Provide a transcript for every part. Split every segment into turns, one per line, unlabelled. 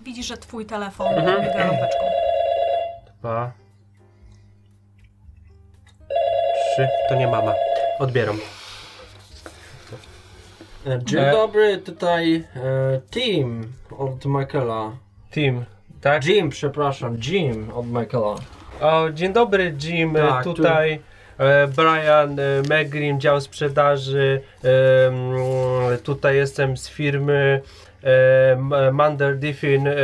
Widzisz, że twój telefon biega lampeczką.
Dwa. Trzy. To nie mama. Odbieram. E,
Dzień
e,
dobry, tutaj e, Tim od Michaela.
Tim. Tak?
Jim, przepraszam, Jim od Michaela.
O, dzień dobry Jim. E,
Tak, tu-
tutaj e, Brian e, Megrim, dział sprzedaży. E, mm, tutaj jestem z firmy e, M- Mander Diffin. E,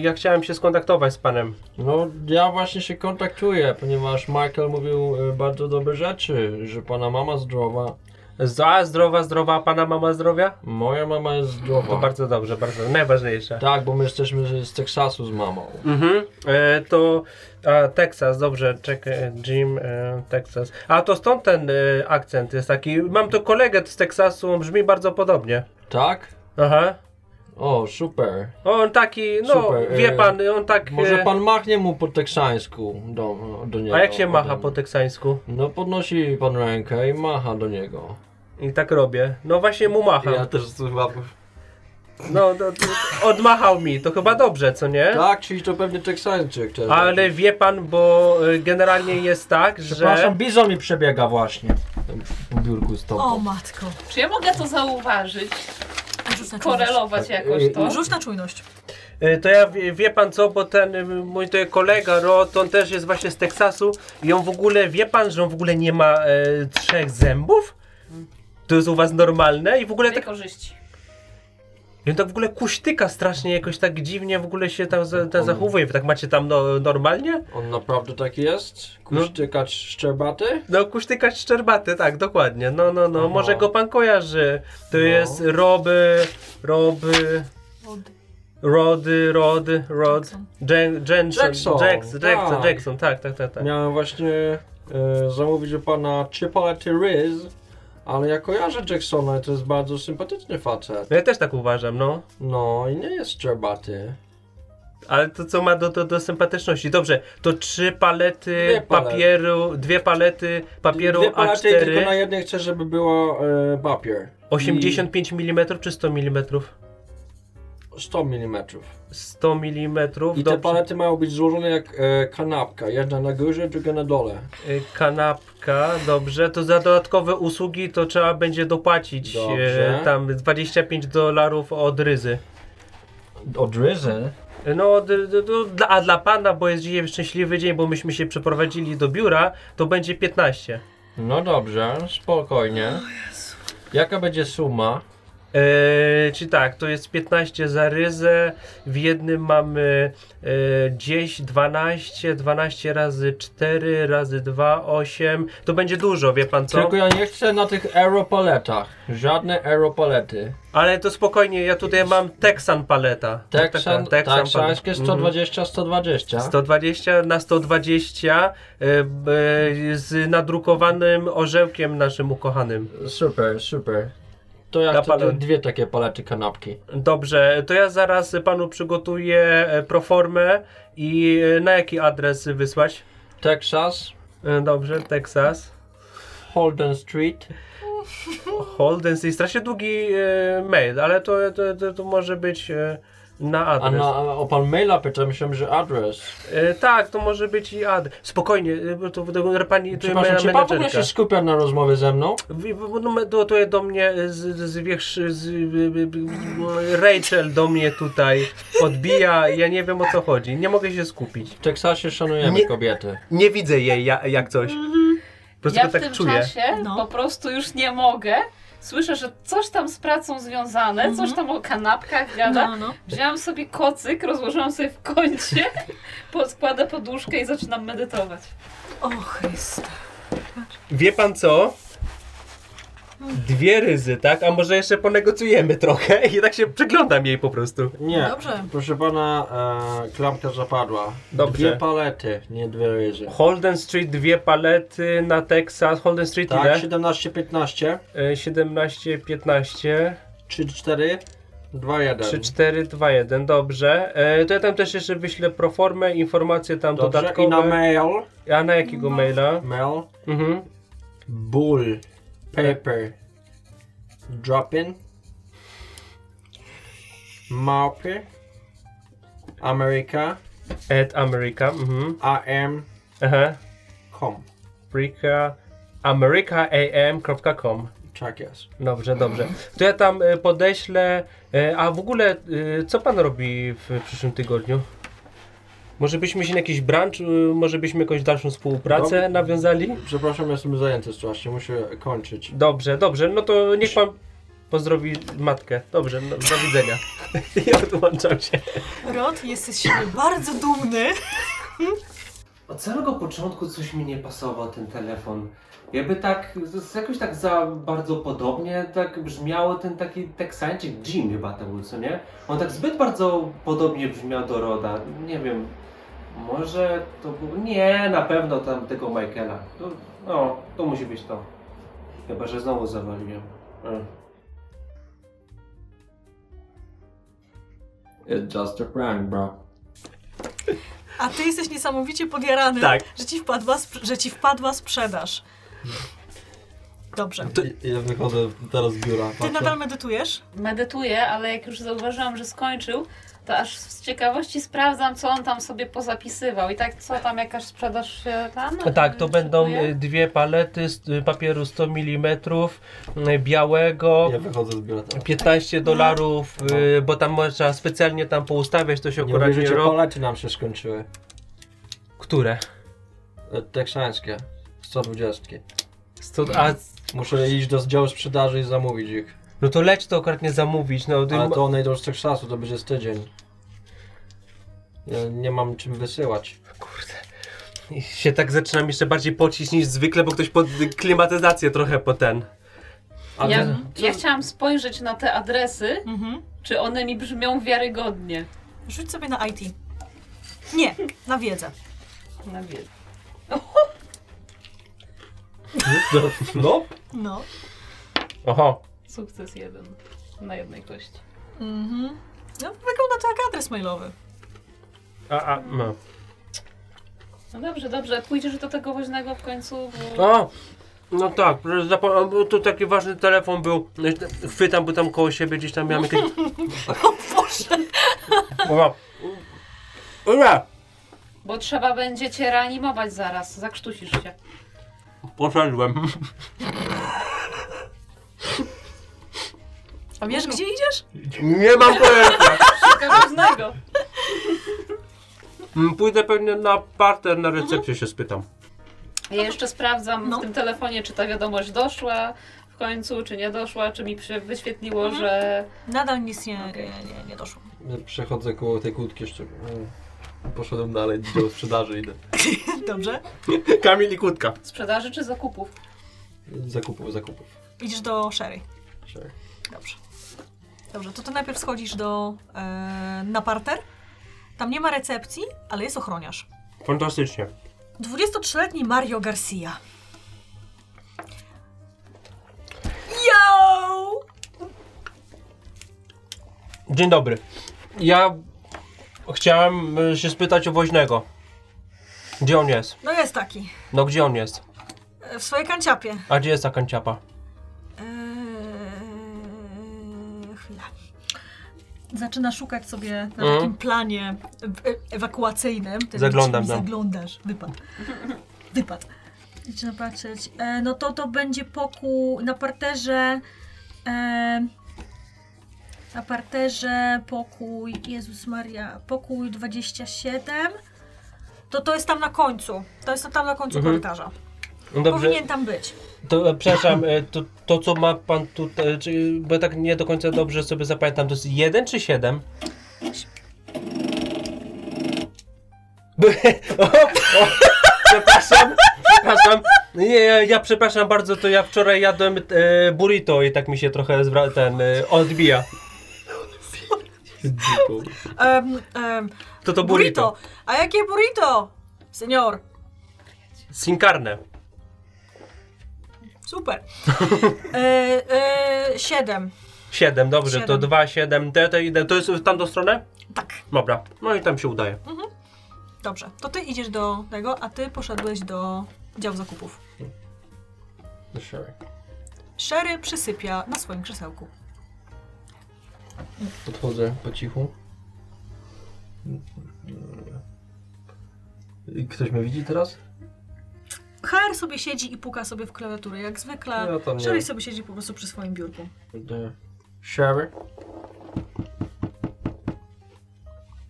ja chciałem się skontaktować z panem.
No, ja właśnie się kontaktuję, ponieważ Michael mówił e, bardzo dobre rzeczy, że pana mama zdrowa,
Za zdrowa, zdrowa, a pana mama zdrowia?
moja mama jest
To
zdrowa.
bardzo dobrze, bardzo najważniejsze.
Tak, bo my jesteśmy z- z Teksasu z mamą.
Mhm, e, to a, Texas, dobrze, czekaj, Jim, e, Texas. A to stąd ten e, akcent jest taki. Mam tu kolegę z Teksasu, on brzmi bardzo podobnie.
Tak?
Aha.
O, super.
On taki, no
Super,
wie
e,
pan, on tak.
Może
e,
pan No, machnie mu po teksańsku do, do niego.
A jak się
ode
macha
mnie.
po teksańsku?
No, podnosi pan rękę i macha do niego.
I tak robię. No właśnie mu macham.
też chyba
No, no to odmachał mi, to chyba dobrze, co nie?
Tak, czyli to pewnie Teksańczyk też.
Ale wie pan, bo e, generalnie jest tak, że.
Przepraszam, bizon mi przebiega właśnie. W biurku z
O
tobą.
matko.
Czy ja mogę to zauważyć?
A Rzuć na czujność.
Korelować
Tak,
jakoś to?
y,
Rzuć na czujność.
E, To ja wie, wie pan co, bo ten y, mój tutaj kolega Rod, on też jest właśnie z Teksasu i on w ogóle, wie pan, że on w ogóle nie ma e, trzech zębów? To jest u was normalne i w ogóle
Dwie
tak,
korzyści.
i on tak w ogóle kuśtyka strasznie jakoś tak dziwnie w ogóle się tam, za, tam zachowuje. Wy tak macie tam no, normalnie?
On naprawdę taki jest? Kusztykacz szczerbaty?
No kuśtyka szczerbaty, tak, dokładnie. No, no, no,
No.
może go pan kojarzy. To
No.
jest Roby, Roby, Rody, Rody, Rod,
Jackson.
Jen, Jensen,
Jackson,
Jackson, Jackson, Jackson,
tak.
Jackson, tak, tak, tak. tak.
Miałem właśnie e, zamówić u pana Chipotle Riz, ale ja kojarzę Jacksona i to jest bardzo sympatyczny facet.
No ja też tak uważam, no.
No i nie jest szczerbaty.
Ale to co ma do, do, do sympatyczności? Dobrze, to trzy palety
Dwie palety.
papieru, dwie palety papieru
Dwie palaty i tylko na
A4,
jednej chcę, żeby było e, papier.
85 mm czy 100 mm?
I 100 mm.
100 mm,
I te palety mają być złożone jak e, kanapka. Jedna na górze, druga na dole.
Y, kanapka, dobrze, to za dodatkowe usługi to trzeba będzie dopłacić
Dobrze.
e, tam 25 dolarów od ryzy.
Od Rizy?
No, d- d- d- dla- a dla pana, bo jest dzisiaj szczęśliwy dzień, bo myśmy się przeprowadzili do biura, to będzie 15.
No dobrze, spokojnie. Jaka będzie suma?
Eee, czy tak, to jest 15 za ryzę, w jednym mamy e, 10, 12, 12 razy 4, razy 2, 8, to będzie dużo, wie pan co?
Tylko ja nie chcę na tych aeropaletach. Żadne aeropalety.
Ale to spokojnie, ja tutaj mam Texan paleta.
Tak,
Tak,
Teksan, Mhm.
Texan
teksańskie
paleta.
120, 120.
Mhm. 120 na 120 e, b- e, z nadrukowanym orzełkiem naszym ukochanym.
Super, super. To
Na
jak to, to
palet-
dwie takie palety kanapki.
Dobrze, to ja zaraz panu przygotuję e, proformę i e, na jaki adres wysłać?
Texas,
E, Dobrze, Texas.
Holden Street.
Holden City. Strasznie długi e, mail, ale to, to, to, to może być e, na
A
adres.
na, o pan maila pyta, myślałem, że adres.
E, tak, to może być i adres. Spokojnie, e, bo to, to, to pani to
Przepraszam, czy pan w ogóle się skupia na rozmowie ze mną?
W- w- no, To, to do mnie z, z, wiesz, z, b- b- b- Rachel do mnie tutaj podbija, ja nie wiem o co chodzi, nie mogę się skupić.
W Teksasie szanujemy
Nie.
kobiety.
Nie widzę jej ja, jak coś, po prostu
Ja w
tak
tym
czuję.
czasie
No.
po prostu już nie mogę. Słyszę, że coś tam z pracą związane,
Mhm.
coś tam o kanapkach gada.
No, no.
Wziąłam sobie kocyk, rozłożyłam sobie w kącie, podkładam poduszkę i zaczynam medytować.
O Chryste.
Wie pan co? Dwie ryzy, tak? A może jeszcze ponegocjujemy trochę? I tak się przyglądam jej po prostu.
Nie,
Dobrze.
proszę pana, e, klamka zapadła.
Dobrze.
Dwie palety, nie dwie ryzy.
Holden Street, dwie palety na Texas. Holden Street
Tak,
ile?
17, 15,
E, 17, 15,
3, 4, 2, 1.
3, 4, 2, 1, dobrze. E, to ja tam też jeszcze wyślę proformę, informacje tam
Dobrze, i
dodatkowe.
na mail,
A na jakiego
No.
maila?
mail,
Mhm.
bull, paper, dropping, małpy, America,
At America. Mhm.
am,
Aha.
com.
America. americaam.com
Tak jest.
Dobrze, dobrze. To ja tam e, podeślę. e, A w ogóle, e, co pan robi w przyszłym tygodniu? Może byśmy się na jakiś branch, e, może byśmy jakąś dalszą współpracę
Dob-
nawiązali?
Przepraszam, jestem zajęty strasznie, muszę kończyć.
Dobrze, dobrze. No to niech pan pozdrowi matkę. Dobrze, no, do widzenia. I odłączam się.
Rod, jesteś z siebie bardzo dumny.
Od samego początku coś mi nie pasował ten telefon. Jakby tak, z- jakoś tak za bardzo podobnie tak brzmiało ten taki teksańczyk, Jim chyba to był, co nie? On tak zbyt bardzo podobnie brzmiał do Roda, nie wiem, może to był, nie, na pewno tam tego Michaela. To, no, to musi być to. Chyba, że znowu zawaliłem. Mm.
It's just a prank, bro.
A ty jesteś niesamowicie podjarany,
Tak.
że, ci wpadła spr- że ci wpadła sprzedaż. Dobrze.
Ja wychodzę teraz z biura.
Ty nadal medytujesz?
Medytuję, ale jak już zauważyłam, że skończył, to aż z ciekawości sprawdzam, co on tam sobie pozapisywał. I tak, co tam, jakaś sprzedaż się tam?
Tak, to
y,
będą
szykuje?
y, dwie palety z y, papieru 100 mm białego.
Ja wychodzę z biura teraz.
15 dolarów, y, bo tam można specjalnie tam poustawiać, to się
Nie
akurat nie
wierzycie,
robi.
palety nam się skończyły.
Które?
E, Teksańskie. 120.
Sto, a,
Muszę iść do działu sprzedaży i zamówić ich.
no to leć to akurat nie zamówić, no ty,
Ale to one idą z Teksasu, to będzie z tydzień. Ja nie mam czym wysyłać.
kurde. I Się tak zaczynam jeszcze bardziej pocić niż zwykle, bo ktoś pod klimatyzację trochę po ten.
A
Ja,
ty-
ja chciałam spojrzeć na te adresy,
Mhm.
czy one mi brzmią wiarygodnie.
Rzuć sobie na IT. Nie, na wiedzę.
Na wiedzę.
No.
No.
Oho.
Sukces jeden. Na jednej kości.
Mhm. No, wygląda to jak adres mailowy.
A, a, no.
No dobrze, dobrze. Pójdziesz do tego woźnego w końcu, bo...
O! No tak, że zapo- bo tu taki ważny telefon był. No Chwytam, bo tam koło siebie gdzieś tam miałem jakieś...
Boże.
Oho. Ura!
bo trzeba będzie cię reanimować zaraz. Zakrztusisz się.
Poszedłem.
A wiesz, gdzie idziesz?
Nie mam pojęcia.
Tego woźnego.
Mm, Pójdę pewnie na parter, na recepcję się spytam.
Ja jeszcze sprawdzam
No.
w tym telefonie, czy ta wiadomość doszła w końcu, czy nie doszła, czy mi się wyświetliło,
Mhm.
że...
Nadal nic nie, nie,
Okej.
nie, nie doszło.
Ja przechodzę koło tej kłódki jeszcze. Mm. Poszedłem dalej, do działu sprzedaży idę.
Dobrze.
Kamil i Kutka.
Sprzedaży czy zakupów?
Zakupów, zakupów.
Idziesz do Sherry.
Sure.
Dobrze. Dobrze, to ty najpierw schodzisz do... E, na parter. Tam nie ma recepcji, ale jest ochroniarz.
Fantastycznie.
23-letni Mario Garcia. Yo!
Dzień dobry. Ja chciałem y, się spytać o woźnego. Gdzie on jest?
No jest taki.
No gdzie on jest?
E, W swojej kanciapie.
A gdzie jest ta kanciapa?
Eee, chwila.
zaczyna szukać sobie na
Mhm.
takim planie ew- ewakuacyjnym. Ty
Zaglądam
widzisz,
tam.
Zaglądasz, wypad. Wypad. Zaczyna patrzeć. E, no to to będzie pokój na parterze. E, na parterze pokój, Jezus Maria, pokój 27. To to jest tam na końcu. To jest tam na końcu
Mhm.
korytarza.
No dobrze,
Powinien tam być.
to, e, przepraszam, e, to, to co ma pan tutaj, czy, bo ja tak nie do końca dobrze sobie zapamiętam, to jest jeden czy siedem? o, o, przepraszam, przepraszam. Nie, ja, ja przepraszam bardzo, to ja wczoraj jadłem e, burrito i tak mi się trochę zwra- ten e, odbija.
Em, em,
To to burrito.
A jakie burrito? Senior.
Sin carne.
Super. e, e, siedem.
Siedem, dobrze, to
Siedem.
dwa, siedem, te, te, idę. To jest w tamtą stronę?
Tak,
Dobra, no i tam się udaje.
dobrze. To ty idziesz do tego, a ty poszedłeś do działu zakupów.
Sherry.
Sherry przysypia na swoim krzesełku.
Podchodzę po cichu. I Ktoś mnie widzi teraz?
HR sobie siedzi i puka sobie w klawiaturę, jak zwykle.
Ja tam nie.
Sherry sobie siedzi po prostu przy swoim biurku.
Nie. Sherry?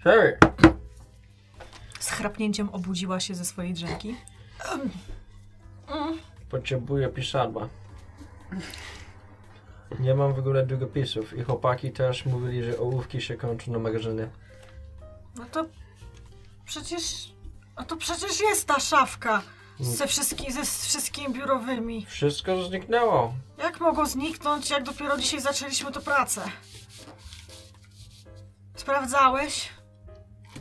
Sherry!
Z chrapnięciem obudziła się ze swojej drzemki. Em, mm,
Potrzebuję pisadła. Nie mam w ogóle długopisów i chłopaki też mówili, że ołówki się kończą na magazyny.
No to przecież... A to przecież jest ta szafka
Mm.
ze, wszystki, ze wszystkimi biurowymi.
Wszystko zniknęło.
Jak mogą zniknąć, jak dopiero dzisiaj zaczęliśmy tę pracę? Sprawdzałeś?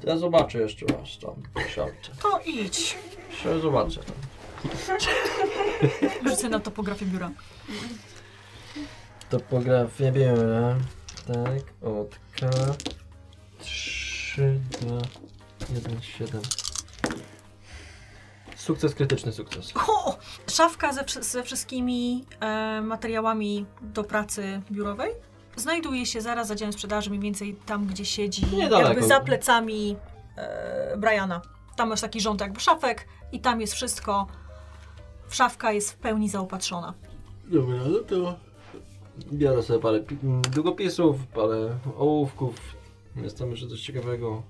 Ja zobaczę jeszcze raz tam w szafce.
To idź.
Jeszcze zobaczę tam.
Rzucę na topografię biura.
Topografię biorę. Tak, od K. 3, 2, 1, 7. Sukces, krytyczny sukces.
O! Szafka ze, wszy- ze wszystkimi e, materiałami do pracy biurowej znajduje się zaraz za działem sprzedaży, mniej więcej tam, gdzie siedzi,
Niedaleko.
jakby za plecami e, Briana. Tam masz taki rząd jakby szafek i tam jest wszystko. Szafka jest w pełni zaopatrzona.
Dobra, no to... Biorę sobie parę pi- m, długopisów, parę ołówków. Jest tam jeszcze coś ciekawego.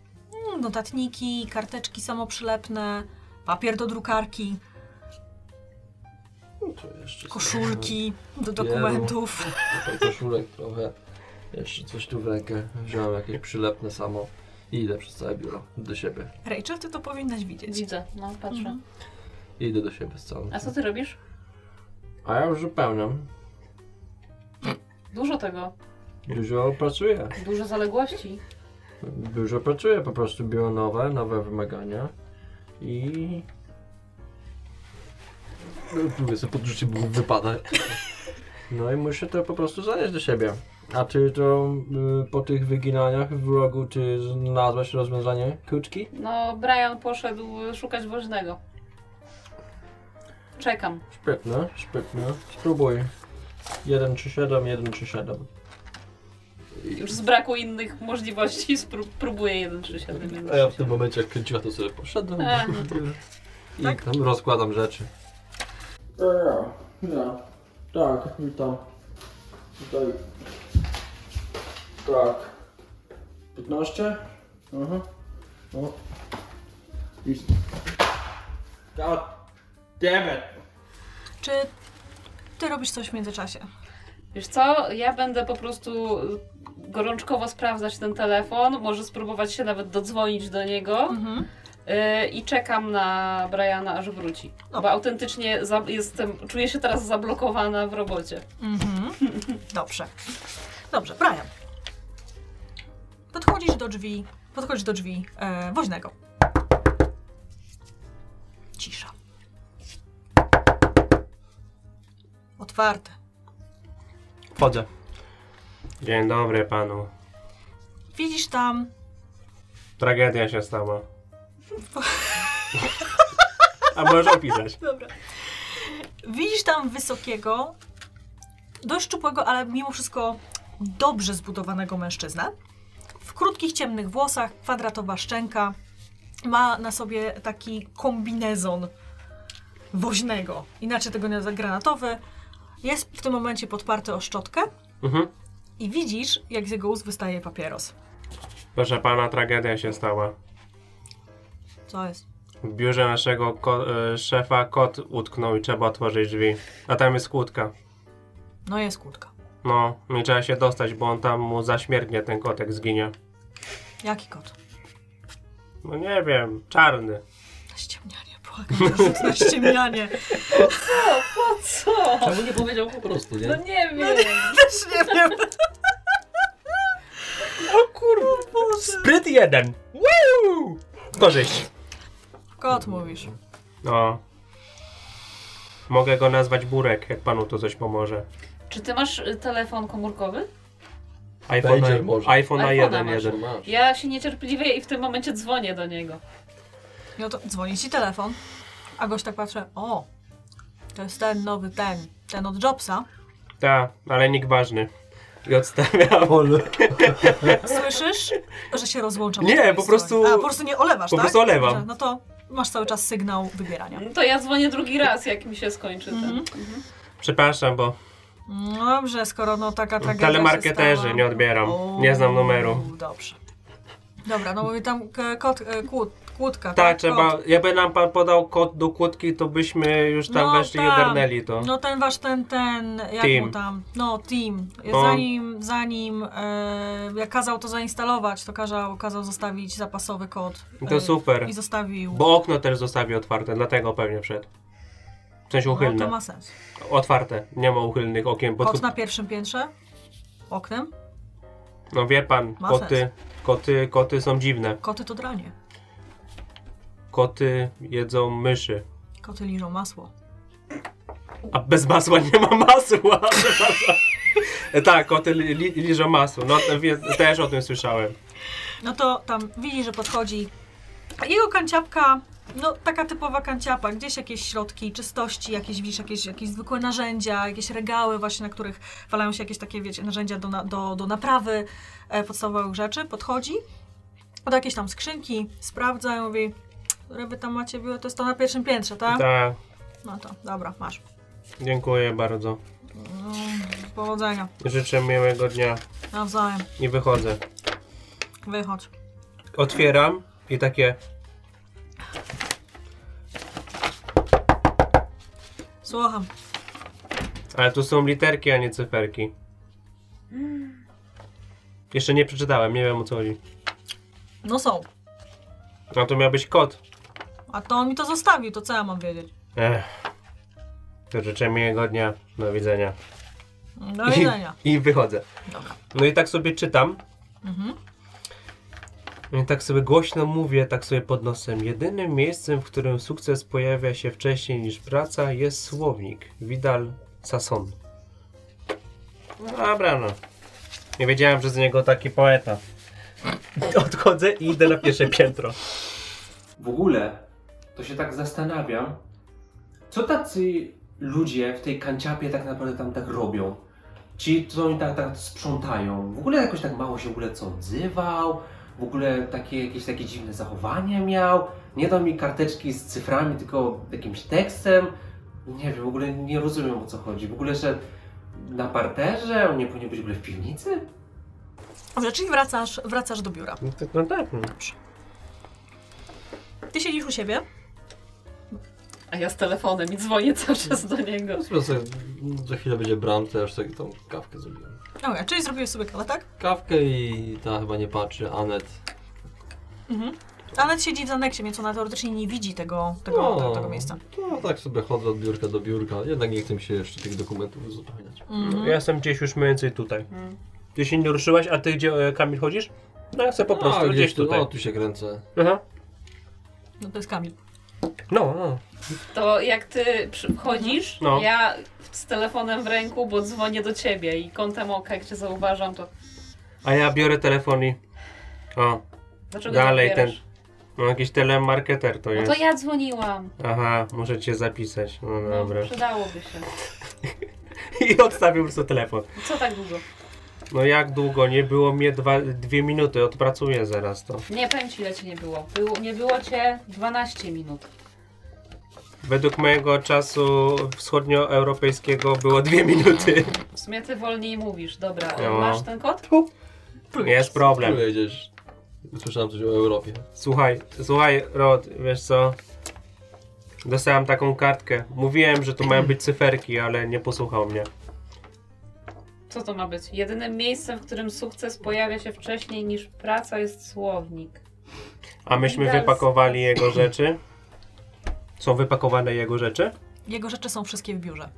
Mm, Notatniki, karteczki samoprzylepne, papier do drukarki,
No to jeszcze coś
koszulki do dokumentów.
tam, parę Koszulek trochę. Jeszcze coś tu w rękę. Wziąłem jakieś przylepne samo. I idę przez całe biuro. Do siebie.
Rachel, ty to powinnaś widzieć.
Widzę, no patrzę.
Mhm.
Idę do siebie z całym.
A co ty robisz?
A ja już zupełniam.
Dużo tego,
Dużo pracuję.
dużo zaległości.
Dużo pracuję, po prostu biorę nowe, nowe wymagania i... No, Próbuję sobie podrzucić, bo wypada. No i muszę to po prostu zanieść do siebie. A ty to y, po tych wyginaniach w rogu, ty znalazłeś rozwiązanie kłódki?
No, Brian poszedł szukać woźnego. Czekam.
Sprytne, sprytne. Spróbuj. 1 czy 7, 1 czy 7.
Już z braku innych możliwości spró- próbuję 1 czy 7.
A ja w tym momencie jak kręciła to sobie poszedłem.
A.
I tam rozkładam rzeczy. Ja, ja. E, Tak, witam. Tutaj. Tak. 15? Aha. No. I... God damn it!
Czy ty robisz coś w międzyczasie?
Wiesz co, ja będę po prostu gorączkowo sprawdzać ten telefon, może spróbować się nawet dodzwonić do niego
Mhm.
yy, i czekam na Briana, aż wróci.
No.
Bo autentycznie za- jestem, czuję się teraz zablokowana w robocie.
Mhm. Dobrze. Dobrze, Brian. Podchodzisz do drzwi, podchodzisz do drzwi e, woźnego. Cisza. Otwarte.
Wchodzę. Dzień dobry panu.
Widzisz tam
Tragedia się stała. A możesz opisać.
Dobra. Widzisz tam wysokiego, dość szczupłego, ale mimo wszystko dobrze zbudowanego mężczyznę, krótkich, ciemnych włosach, kwadratowa szczęka. Ma na sobie taki kombinezon woźnego, inaczej tego nie nazywa granatowy. Jest w tym momencie podparty o szczotkę
Mhm.
i widzisz, jak z jego ust wystaje papieros.
Proszę pana, tragedia się stała.
Co jest?
W biurze naszego ko- e, szefa kot utknął i trzeba otworzyć drzwi. A tam jest kłódka.
No jest kłódka.
No, nie trzeba się dostać, bo on tam mu zaśmiergnie, ten kotek zginie.
Jaki kot?
No nie wiem, czarny.
Na ściemnianie, błagam, rzut na ściemnianie.
Po co?
Czemu nie powiedział po prostu,
No
No nie?
nie wiem.
Też nie wiem.
O kurwa. Spryt jeden. Woo! Korzyść.
Kot mówisz.
No. Mogę go nazwać Burek, jak panu to coś pomoże.
Czy ty masz y, telefon komórkowy?
iPhone,
Pager może.
iPhone
iPhone'a
A1,
masz.
jeden.
Ja się niecierpliwie i w tym momencie dzwonię do niego.
No to dzwoni ci telefon, a gość tak patrzy, o, to jest ten nowy, ten, ten od Jobsa.
Tak, ale nikt ważny. I odstawiam.
Słyszysz, że się rozłącza? po
Nie,
twojej
po
stronie.
prostu-
A, po prostu nie olewasz,
po
tak?
prostu olewam.
Dobrze, No to masz cały czas sygnał wybierania.
No to ja dzwonię drugi raz, jak mi się skończy ten. Mhm.
Przepraszam, bo
No Dobrze, skoro no taka tragedia się
telemarketerzy
stała.
nie odbieram.
O,
Nie znam numeru.
Dobrze. Dobra, no mówię tam k- kot, e, kłód, kłódka, tak?
Tak,
Kot.
trzeba. Jakby nam pan podał kod do kłódki, to byśmy już tam
No,
weszli
tak.
i ogarnęli to.
No ten wasz, ten, ten, jak
Team.
mu tam, no team,
No.
zanim, zanim, e, jak kazał to zainstalować, to kazał, kazał zostawić zapasowy kod. e,
I No to super.
I zostawił.
Bo okno też zostawię otwarte, dlatego pewnie wszedł. W sensie
no,
uchylne.
to ma sens.
Otwarte. Nie ma uchylnych okien. Pod...
Kot na pierwszym piętrze? Oknem?
No wie pan,
Ma
koty,
sens.
koty, koty są dziwne.
Koty to dranie.
Koty jedzą myszy.
Koty liżą masło.
A bez masła nie ma masła. Przepraszam. tak, koty li, li, liżą masło. No to wie, też o tym słyszałem.
No to tam widzi, że podchodzi. A Jego kanciapka, no taka typowa kanciapa, gdzieś jakieś środki czystości, jakieś, widzisz, jakieś, jakieś zwykłe narzędzia, jakieś regały właśnie, na których walają się jakieś takie, wiecie, narzędzia do, na, do, do naprawy e, podstawowych rzeczy. Podchodzi do jakiejś tam skrzynki, sprawdza i mówi, które wy tam macie, biuro, to jest to na pierwszym piętrze, tak?
Tak,
No to, dobra, masz.
dziękuję bardzo.
No, powodzenia,
Życzę miłego dnia
nawzajem,
i wychodzę.
wychodź.
Otwieram i takie.
Słucham.
Ale tu są literki, a nie cyferki. Jeszcze nie przeczytałem, nie wiem o co chodzi.
No są.
No to miał być kot.
A to on mi to zostawił, to co ja mam wiedzieć?
Ech. To życzę miłego dnia. Do widzenia.
No Do widzenia.
I, I wychodzę.
Dobra.
No i tak sobie czytam.
Mhm.
I tak sobie głośno mówię, tak sobie pod nosem. Jedynym miejscem, w którym sukces pojawia się wcześniej niż praca, jest słownik. Vidal Sasson. No Dobra, no. Nie wiedziałem, że z niego taki poeta. Odchodzę i idę na pierwsze piętro.
W ogóle to się tak zastanawiam, co tacy ludzie w tej kanciapie tak naprawdę tam tak robią. Ci, co oni tak, tak sprzątają. W ogóle jakoś tak mało się w ogóle co odzywał, w ogóle takie, jakieś takie dziwne zachowanie miał. Nie dał mi karteczki z cyframi, tylko jakimś tekstem. Nie wiem, w ogóle nie rozumiem o co chodzi. W ogóle, że na parterze, on nie powinien być w ogóle w piwnicy?
Dobrze, czyli wracasz, wracasz do biura.
No tak, no tak. no.
Ty siedzisz u siebie.
A ja z telefonem i dzwonię cały czas do niego.
Po prostu za chwilę będzie bramce, ja już sobie tą kawkę zrobiłem.
Okej, No czyli zrobiłeś sobie kawę, tak?
Kawkę i ta chyba nie patrzy, Anet.
Anet siedzi w aneksie, więc ona teoretycznie nie widzi tego, tego,
No.
tego, tego miejsca.
No tak sobie chodzę od biurka do biurka, jednak nie chcę mi się jeszcze tych dokumentów uzupełniać.
Mhm.
Ja jestem gdzieś już mniej więcej tutaj. Ty się nie ruszyłaś, a ty gdzie e, Kamil chodzisz? No ja sobie po prostu
A,
gdzieś,
tu,
tutaj.
O, tu się kręcę.
Aha.
No to jest Kamil.
No, no.
To jak ty przychodzisz,
No.
ja z telefonem w ręku, bo dzwonię do ciebie i kątem oka, jak cię zauważam, to
A ja biorę telefon i... O,
dlaczego
Dalej
Dalej ten.
no jakiś telemarketer to
No
jest.
to ja dzwoniłam.
Aha, muszę cię zapisać. No
No,
dobra.
przydałoby się.
I odstawił po prostu telefon.
Co tak długo?
No jak długo? Nie było mnie dwa, dwie minuty, odpracuję zaraz to.
Nie powiem ci, ile cię nie było. było. Nie było cię 12 minut.
Według mojego czasu wschodnioeuropejskiego było dwie minuty.
W sumie ty wolniej mówisz. Dobra,
No.
masz ten kod?
Nie jest
Tak.
problem.
Powiedziesz. Słyszałem coś o Europie.
Słuchaj, słuchaj, Rod, wiesz co? Dostałem taką kartkę. Mówiłem, że tu mają być cyferki, ale nie posłuchał mnie.
Co to ma być? Jedynym miejscem, w którym sukces pojawia się wcześniej niż praca jest słownik.
A myśmy
Teraz-
wypakowali jego rzeczy. Są wypakowane jego rzeczy?
Jego rzeczy są wszystkie w biurze.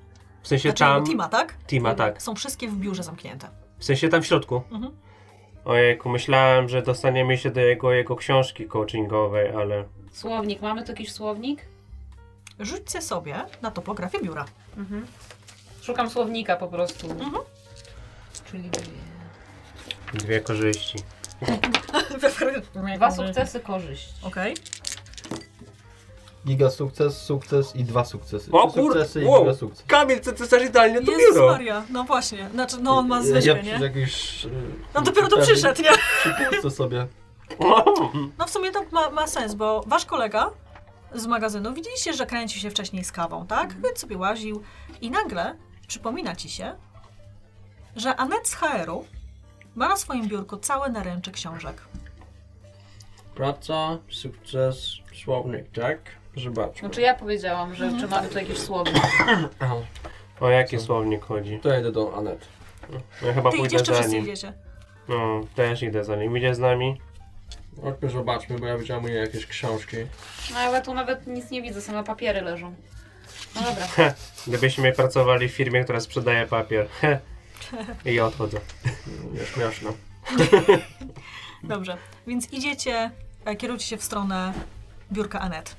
W sensie
Znaczy
tam.
jego Tima, tak?
Tima, tak.
Są wszystkie w biurze zamknięte.
W sensie tam w środku.
Mhm.
Ojejku, myślałem, że dostaniemy się do jego, jego książki coachingowej, ale.
Słownik, mamy tu jakiś słownik?
Rzućcie sobie na topografię biura.
Mhm. Szukam słownika po prostu. Czyli
Dwie korzyści.
dwa sukcesy, korzyść.
Okej.
Giga sukces, sukces i dwa sukcesy.
O
Trzy
kur-
sukcesy i
wow.
giga sukces.
Kamil, ty też idealnie to
Jezus
biuro!
Maria, no właśnie. Znaczy, no on ma
Ja- ja y,
zwyżkę,
przy
nie?
jakiejś...
No dopiero tu przyszedł, nie?
Przypuszczę sobie.
No w sumie to ma, ma sens, bo wasz kolega z magazynu widzieliście, że kręcił się wcześniej z kawą, tak? Więc sobie łaził i nagle przypomina ci się, że Anet z HR-u ma na swoim biurku całe naręcze książek.
Praca, sukces, słownik, tak? Zobaczmy.
Znaczy ja powiedziałam, że czy mamy tu jakiś słownik.
Aha,
O jaki słownik chodzi? No,
To jedę do Anet.
Ja chyba
Ty
pójdę
idziesz czy
za
wszyscy
nim.
idziecie?
No, też idę za nim. Idzie z nami?
Chodźmy zobaczmy, bo ja widziałem u niej jakieś książki.
No ale tu nawet nic nie widzę, same papiery leżą. No dobra.
Gdybyśmy pracowali w firmie, która sprzedaje papier. I odchodzę.
Nie śmieszne.
Dobrze, więc idziecie, e, kierujcie się w stronę biurka Anet.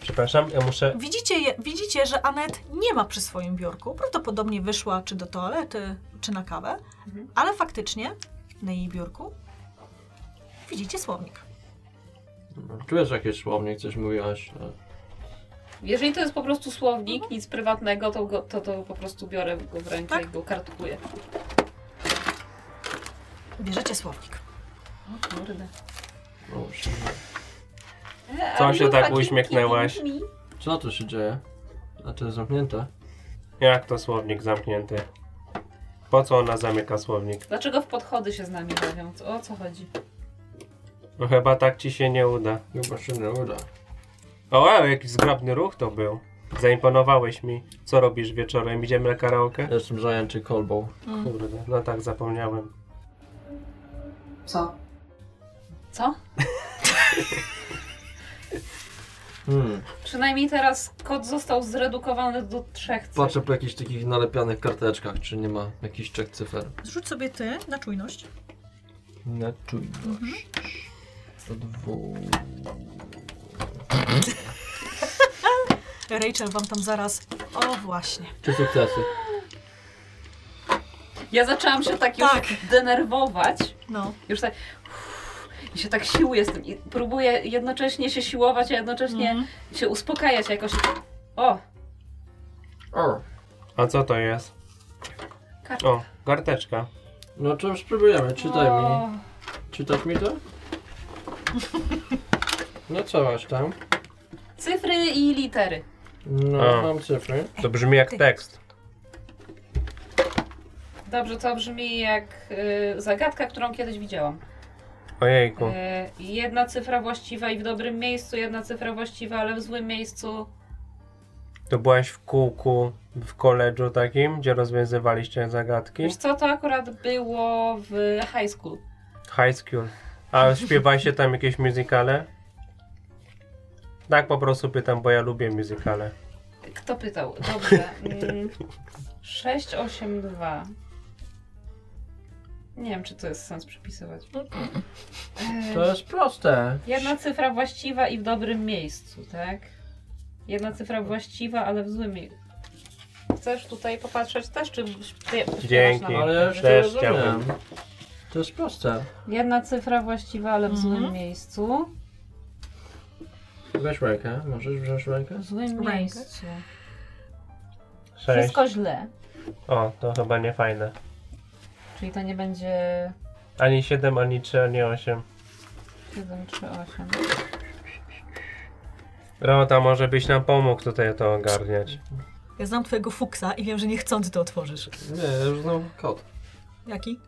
Przepraszam, ja muszę.
Widzicie, je- widzicie, że Anet nie ma przy swoim biurku. Prawdopodobnie wyszła czy do toalety, czy na kawę, ale faktycznie na jej biurku widzicie słownik.
Tu jest jakiś słownik, coś mówiłaś. E, ale-
Jeżeli to jest po prostu słownik, nic prywatnego, to, go, to, to po prostu biorę go w rękę
Tak.
i go kartkuję.
Bierzecie słownik.
O kurde.
No, właśnie.
E,
Co
are
się
you
tak
fucking
uśmiechnęłaś?
kidding me?
Co tu się dzieje? A to jest zamknięte.
Jak to słownik zamknięty? Po co ona zamyka słownik?
Dlaczego w podchody się z nami bawią? Co- O co chodzi?
No chyba tak ci się nie uda.
Chyba się nie uda.
O, wow, jaki zgrabny ruch to był. Zaimponowałeś mi. Co robisz wieczorem? Idziemy na karaoke?
Jestem zajęty kolbą.
Kurde, no tak, zapomniałem.
Co?
Co?
Hmm.
Przynajmniej teraz kod został zredukowany do trzech cyfr.
Patrzę po jakichś takich nalepianych karteczkach, czy nie ma jakichś trzech cyfer.
Zrzuć sobie ty na czujność.
Na czujność. To dwu...
Rachel wam tam zaraz. O właśnie.
Trzy sukcesy.
Ja zaczęłam się tak już
Tak.
denerwować.
No.
Już tak... I się tak siłuję z tym. I próbuję jednocześnie się siłować, a jednocześnie
Mhm.
się uspokajać jakoś. O!
O.
A co to jest?
Kartka.
O, karteczka.
No to spróbujemy, czytaj
O.
mi. Czytasz mi to? No co masz tam?
Cyfry i litery.
No,
A.
mam cyfry.
To brzmi jak
Ty.
tekst.
Dobrze, to brzmi jak y, zagadka, którą kiedyś widziałam.
No.
Ojejku.
Y, jedna cyfra właściwa i w dobrym miejscu, jedna cyfra właściwa, ale w złym miejscu.
Mhm.
To byłaś w kółku w koledżu takim, gdzie rozwiązywaliście zagadki?
Wiesz co, to akurat było w high school.
High school. A śpiewa się tam jakieś muzykale? Tak po prostu pytam, bo ja lubię muzykale.
Kto pytał? Dobrze. Mm, 682. Nie wiem, czy to jest sens przepisywać.
No.
To jest proste.
Jedna cyfra właściwa i w dobrym miejscu, tak? Jedna cyfra właściwa, ale w złym miejscu. Chcesz tutaj popatrzeć też, czy śpiewasz
Dzięki.
na
Ale ja już
Też
to rozumiem. To jest proste.
Jedna cyfra właściwa, ale w
Mhm.
złym miejscu.
Weź rękę, możesz wziąć rękę?
W złym
Rękę.
miejscu.
Sześć.
Wszystko źle.
O, to chyba nie fajne.
Czyli to nie będzie
Ani 7, ani 3, ani 8.
1, 3, 8.
Rota, może byś nam pomógł tutaj to ogarniać.
Ja znam twojego fuksa i wiem, że niechcący to otworzysz.
Nie, ja już znam kod.
Jaki?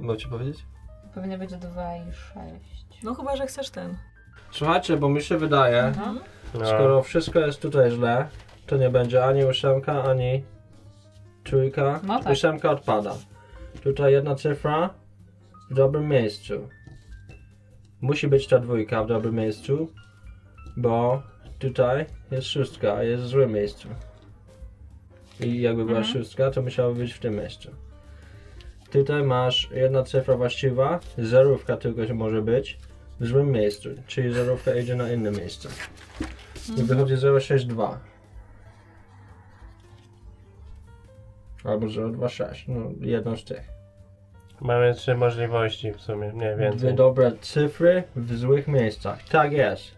Mam ci powiedzieć?
Powinno być 2 i 6.
No chyba, że chcesz ten.
Słuchajcie, bo mi się wydaje,
Mhm.
No.
skoro wszystko jest tutaj źle, to nie będzie ani ósemka, ani trójka.
No tak.
Ósemka odpada. Tutaj jedna cyfra w dobrym miejscu. Musi być ta dwójka w dobrym miejscu, bo tutaj jest szóstka, a jest w złym miejscu. I jakby była
Mhm.
szóstka, to musiałaby być w tym miejscu. Tutaj masz jedna cyfra właściwa, zerówka tylko się może być w złym miejscu, czyli zerówka idzie na inne miejsce. I
Mhm.
wychodzi 062. Albo 026, no jedną z tych.
Mamy trzy możliwości w sumie, nie
Dwie
więcej.
dobre cyfry w złych miejscach. Tak jest.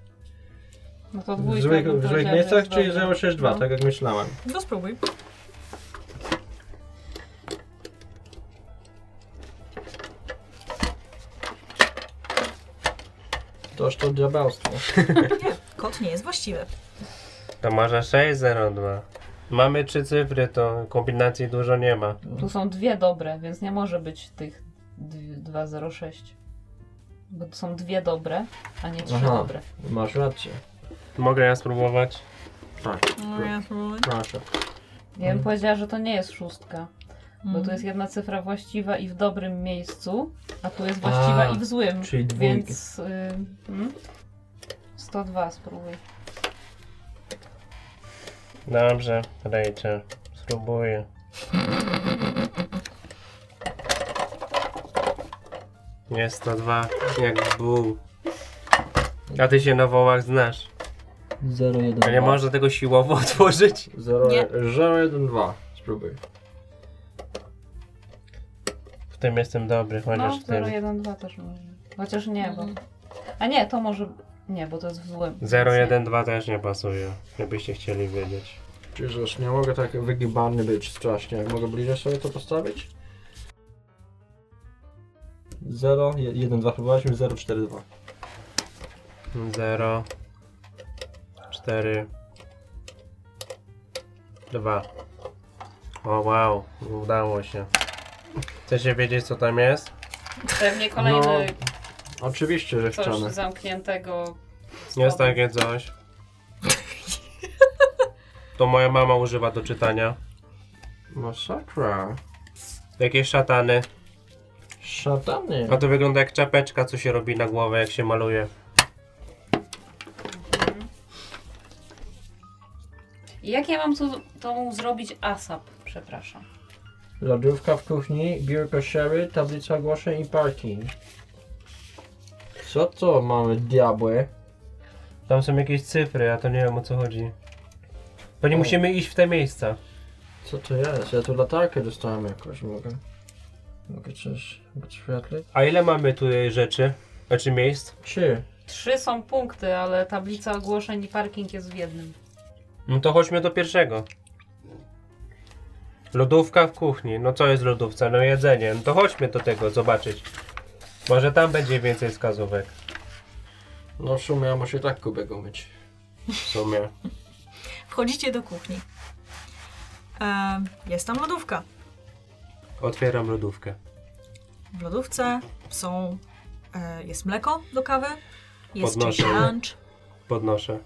No to
W
dwójka.
złych,
no to
w złych
żeby
miejscach,
jest
czyli
dobrze.
062,
No.
tak jak myślałem.
No spróbuj.
Toż to diabelstwo.
Nie, kod nie jest właściwy.
To może 602. Mamy trzy cyfry, to kombinacji dużo nie ma.
Tu są dwie dobre, więc nie może być tych 206. Bo to są dwie dobre, a nie trzy
Aha.
dobre.
Masz rację.
Mogę ja spróbować?
Tak,
No ja spróbuj.
proszę.
Ja
Mhm.
bym powiedziała, że to nie jest szóstka, bo tu jest jedna cyfra właściwa i w dobrym miejscu, a tu jest właściwa
A,
i w złym.
czyli dwójki.
Więc y, mm, 102 spróbuj.
Dobrze, Rachel, spróbuję. Nie 102, jak był. A ty się na wołach znasz.
012.
A nie można tego siłowo otworzyć?
012. Spróbuj.
W tym jestem dobry,
No,
chociaż w tym.
012 też może. Chociaż nie, bo... A nie, to może... Nie, bo to jest w złym.
012 też nie pasuje, jakbyście chcieli wiedzieć.
Jezus, nie mogę tak wygibany być strasznie. Mogę bliżej sobie to postawić? 0, 1, 2, próbowaliśmy 0, 4, 2.
0 4 2 O wow, udało się. Chcecie wiedzieć co tam jest?
Pewnie kolejny
No. Oczywiście, że
coś
chcemy.
zamkniętego...
Jest tak. takie coś. To moja mama używa do czytania.
Masakra.
Jakieś szatany.
Szatany.
A to wygląda jak czapeczka, co się robi na głowę, jak się maluje.
Jak ja mam tu, to mu zrobić ASAP? Przepraszam.
Lodówka w kuchni, biurko sherry, tablica ogłoszeń i parking. Co to mamy, diabły?
Tam są jakieś cyfry, a to nie wiem o co chodzi. To nie musimy iść w te miejsca.
Co to jest? Ja tu latarkę dostałem jakoś, mogę. Mogę coś podświetlić?
A ile mamy tutaj rzeczy? Znaczy miejsc?
Czy?
Trzy są punkty, ale tablica ogłoszeń i parking jest w jednym.
No to chodźmy do pierwszego. Lodówka w kuchni. No co jest lodówca? No jedzenie. No to chodźmy do tego zobaczyć. Może tam będzie więcej wskazówek.
No w sumie ja muszę i tak kubek umyć.
W sumie.
Wchodzicie do kuchni. E, jest tam lodówka.
Otwieram lodówkę.
W lodówce są, e, jest mleko do kawy, jest
Podnoszę.
chicken lunch,
Podnoszę.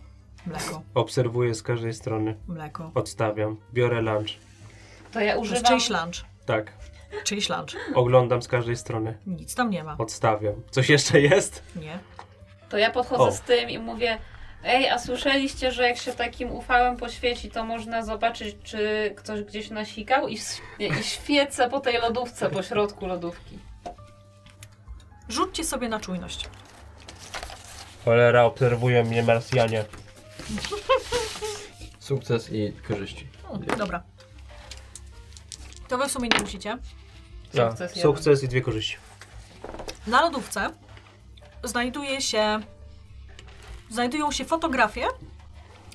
mleko,
Obserwuję z każdej strony.
mleko.
Odstawiam. Biorę lunch.
To ja
To jest
używam...
czyjś lunch,
Tak.
czyjś lunch.
Oglądam z każdej strony.
Nic tam nie ma,
Odstawiam. Coś jeszcze jest?
nie.
To ja podchodzę
O.
z tym i mówię, ej, a słyszeliście, że jak się takim ufałem poświeci, to można zobaczyć, czy ktoś gdzieś nasikał i, w- i świecę po tej lodówce, po środku lodówki.
Rzućcie sobie na czujność.
Cholera, obserwują mnie Marsjanie.
Sukces i korzyści.
Hmm, dobra. To wy w sumie nie musicie.
No,
Sukces jeden.
Sukces i dwie korzyści.
Na lodówce znajduje się, znajdują się fotografie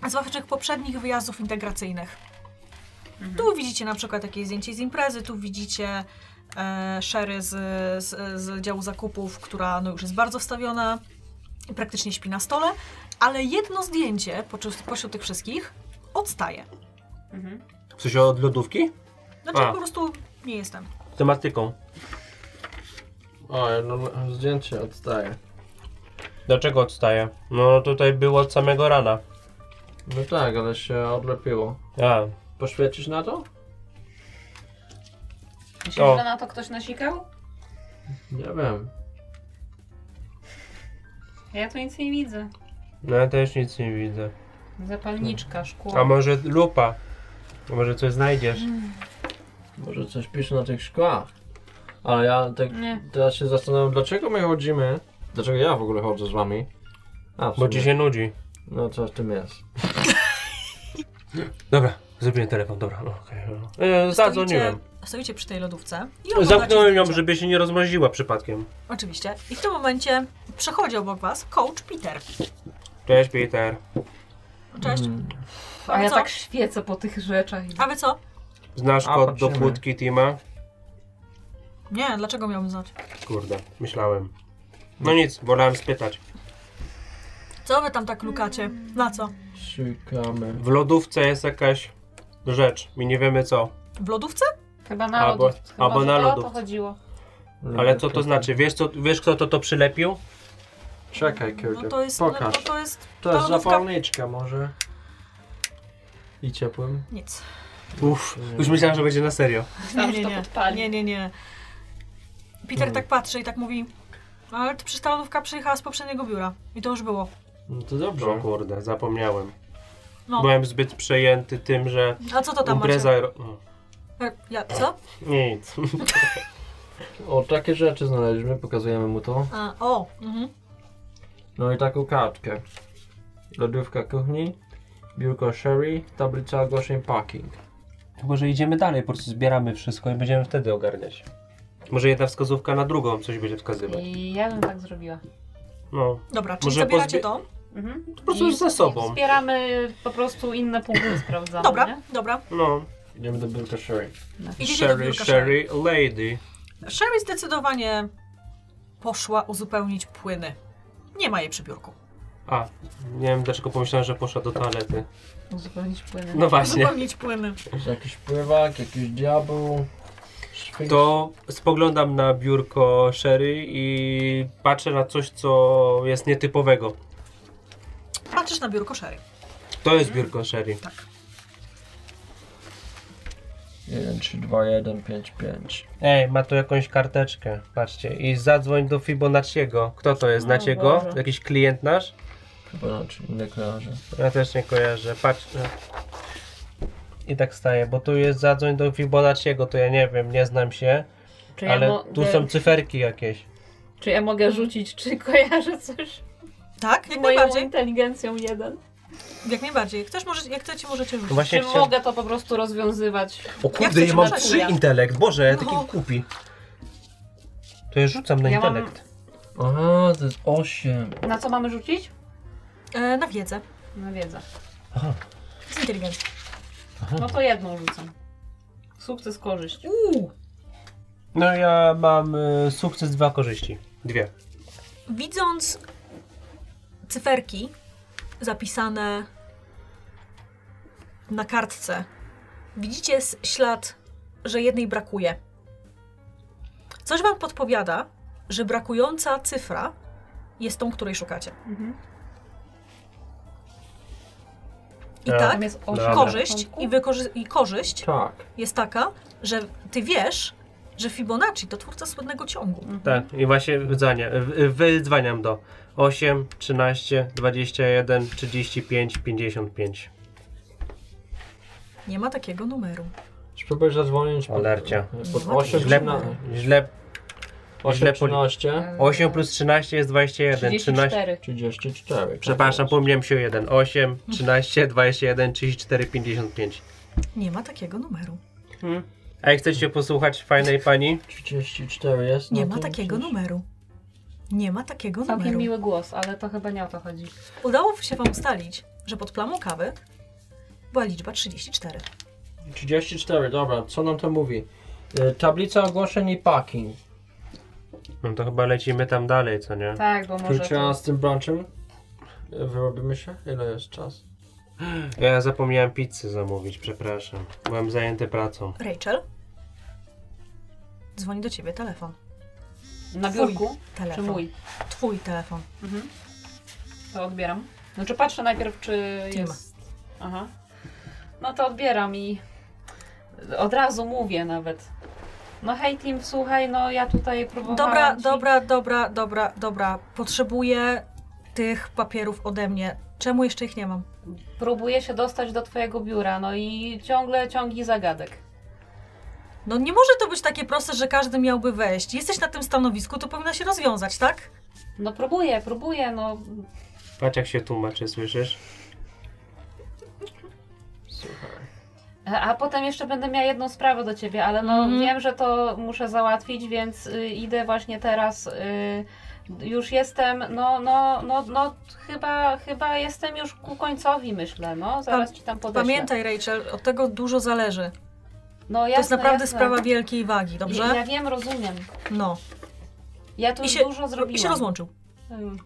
z waszych poprzednich wyjazdów integracyjnych. Tu widzicie na przykład takie zdjęcie z imprezy, tu widzicie e, Sherry z, z, z działu zakupów, która no już jest bardzo wstawiona i praktycznie śpi na stole, ale jedno zdjęcie poczos- pośród tych wszystkich odstaje.
Mhm.
Coś od lodówki?
Znaczy
A.
po prostu nie jestem.
Tematyką.
O, no, zdjęcie odstaje.
Dlaczego odstaje? No tutaj było od samego rana.
No tak, ale się odlepiło.
A,
Poświecisz na to?
Myślisz,
O.
że na to ktoś nasikał?
Nie wiem.
Ja tu nic nie widzę.
no ja też nic nie widzę.
Zapalniczka, szkło.
No. A może lupa? Może coś znajdziesz?
Może coś pisze na tych szkłach. Ale ja tak
Nie.
teraz się zastanawiam, dlaczego my chodzimy? Dlaczego ja w ogóle chodzę z wami? A, w
Bo
sumie.
ci się nudzi.
No co w tym jest?
Dobra, zrobiłem telefon, dobra. no, Okej. no. E, zadzwoniłem.
Stoicie, stoicie przy tej lodówce. i
Zamknąłem
oglądacie
ją,
zdjęcia.
żeby się nie rozmroziła przypadkiem.
Oczywiście. I w tym momencie przechodzi obok was coach Peter.
Cześć Peter.
Cześć.
Mm.
A,
A
wy
ja
co?
tak świecę po tych rzeczach.
A wy co?
Znasz
A,
kod do
patrzymy.
płytki Tima?
Nie, dlaczego miałbym znać?
Kurde, myślałem. No nic, wolałem spytać.
Co wy tam tak lukacie? Na co?
Szukamy.
W lodówce jest jakaś rzecz i nie wiemy co.
W lodówce?
Chyba na
Albo-
lodów. Chyba,
albo
że
na
to o to
lodówce.
chodziło.
Ale co to znaczy? Wiesz, co, wiesz kto to, to przylepił?
Czekaj, Kiełdzie,
No to jest. No, no
pokaż.
to jest.
to jest
ta lodówka-
zapalniczka może. I ciepłym.
Nic.
Uff, już myślałem, że będzie na serio.
Myślałam, że to podpali.
nie, nie, nie. Peter
Mm.
tak patrzy i tak mówi. Ale to przecież ta lodówka przyjechała z poprzedniego biura. I to już było.
No to
No
dobrze.
kurde, zapomniałem.
No.
Byłem zbyt przejęty tym, że
A co to tam
impreza...
macie?
ro- Mm,
E, Ja, co?
Nic.
O, takie rzeczy znaleźliśmy, pokazujemy mu to.
A, o, mhm.
No i taką kartkę. Lodówka kuchni, biurko sherry, tablica ogłoszeń parking.
Może idziemy dalej, po prostu zbieramy wszystko i będziemy wtedy ogarniać. Może jedna wskazówka na drugą coś będzie wskazywać.
I ja bym tak zrobiła.
No,
Dobra, czyli
Może
zabieracie
pozbie-
to?
Mhm.
po prostu
I-
już ze sobą.
i Zbieramy po prostu inne punkty, sprawdzamy.
Dobra,
Nie?
dobra.
No.
Idziemy do biurka sherry.
Idziecie do
Sherry,
biurka
Sherry, Lady.
Sherry zdecydowanie poszła uzupełnić płyny. Nie ma jej przy biurku.
A, nie wiem dlaczego pomyślałem, że poszła do toalety.
Uzupełnić płyny.
No właśnie.
Uzupełnić płyny.
Jest jakiś pływak, jakiś diabeł. szpic.
To spoglądam na biurko Sherry i patrzę na coś, co jest nietypowego.
Patrzysz na biurko Sherry.
To jest biurko Sherry.
1, 3, 2, 1, 5, 5.
Ej, ma tu jakąś karteczkę, patrzcie. I zadzwoń do Fibonacciego. Kto to jest? Znacie
O
go?
Boże.
Jakiś klient nasz?
Chyba znaczy, nie kojarzę.
Ja też nie kojarzę, patrzę. I tak staję, bo tu jest zadzwoń do Fibonacciego, to ja nie wiem, nie znam się.
Czy ja,
Ale
mo-
tu
nie-
są cyferki jakieś.
czy ja mogę rzucić, czy kojarzę coś
Tak,
z
jak
moją
najbardziej.
inteligencją jeden?
Jak najbardziej. Jak, też możecie, jak chcecie, możecie rzucić.
No właśnie
Czy
chciałem-
mogę to po prostu rozwiązywać?
O
Ja chcę
kurde, ja
ci
mam
dodać,
trzy
ja.
intelekt. Boże, ja
No.
taki kupi. To ja rzucam na
Ja mam-
intelekt.
Aha, to jest 8.
Na co mamy rzucić?
E, na wiedzę.
Na wiedzę.
Z inteligencji.
No to jedną rzucam. Sukces, korzyść.
Uuu.
No ja mam y, sukces, dwa korzyści. Dwie.
Widząc cyferki zapisane na kartce, widzicie s- ślad, że jednej brakuje. Coś wam podpowiada, że brakująca cyfra jest tą, której szukacie.
Mhm.
I
A,
tak,
Tam jest
Dobra.
osiem.
korzyść i, wykorzy- i korzyść
Tak.
jest taka, że ty wiesz, że Fibonacci to twórca słynnego ciągu.
Mhm.
Tak, i właśnie wydzwania, wy- wydzwaniam do 8, 13, 21, 35, 55.
Nie ma takiego numeru.
Spróbuj zadzwonić pod,
Olercia.
pod
No,
8,
Źle,
13.
źle.
8,
źle poli-
13,
8 plus 13 jest 21, 13.
34.
34.
Przepraszam,
Tak,
pomyliłem się o 1. 8, 13, 21, 34, 55.
Nie ma takiego numeru. Hmm.
Ej, chcecie posłuchać fajnej pani?
34 tak. jest. no
Nie
na
ma
tym
takiego
coś?
numeru. Nie ma takiego
Całkiem
numeru.
miły głos, ale to chyba nie o to chodzi.
Udało się wam ustalić, że pod plamą kawy była liczba 34.
34, dobra, co nam to mówi? Y, Tablica ogłoszeń i packing.
No to chyba lecimy tam dalej, co nie?
Tak, bo może
Wróciłam
to...
z tym branchem. Y, Wyrobimy się? Ile jest czas?
Ja zapomniałem pizzy zamówić, przepraszam. Byłem zajęty pracą.
Rachel? Dzwoni do ciebie telefon.
na biurku, czy
Telefon.
mój.
Twój telefon.
Mhm. To odbieram. Znaczy patrzę najpierw, czy
Tim.
jest... Aha. No to odbieram i od razu mówię nawet. No hej Tim, słuchaj, no ja tutaj próbowałam
Dobra,
ci...
dobra, dobra, dobra, dobra. Potrzebuję tych papierów ode mnie. Czemu jeszcze ich nie mam?
Próbuję się dostać do twojego biura, no i ciągle ciągi zagadek.
No nie może to być takie proste, że każdy miałby wejść. Jesteś na tym stanowisku, to powinno się rozwiązać, tak?
No próbuję, próbuję, no
Patrz jak się tłumaczy, słyszysz?
Słuchaj.
E, A a potem jeszcze będę miała jedną sprawę do ciebie, ale no
Mhm.
wiem, że to muszę załatwić, więc y, idę właśnie teraz. Y, już jestem, no, no, no, no chyba, chyba jestem już ku końcowi, myślę, no. Zaraz ci tam podeślę.
Pamiętaj, Rachel, od tego dużo zależy.
no, jasne,
to jest naprawdę
jasne.
sprawa wielkiej wagi, dobrze?
Ja, ja wiem, rozumiem.
No.
Ja tu
I
już
się-
dużo zrobiłam.
I się rozłączył.
Mm.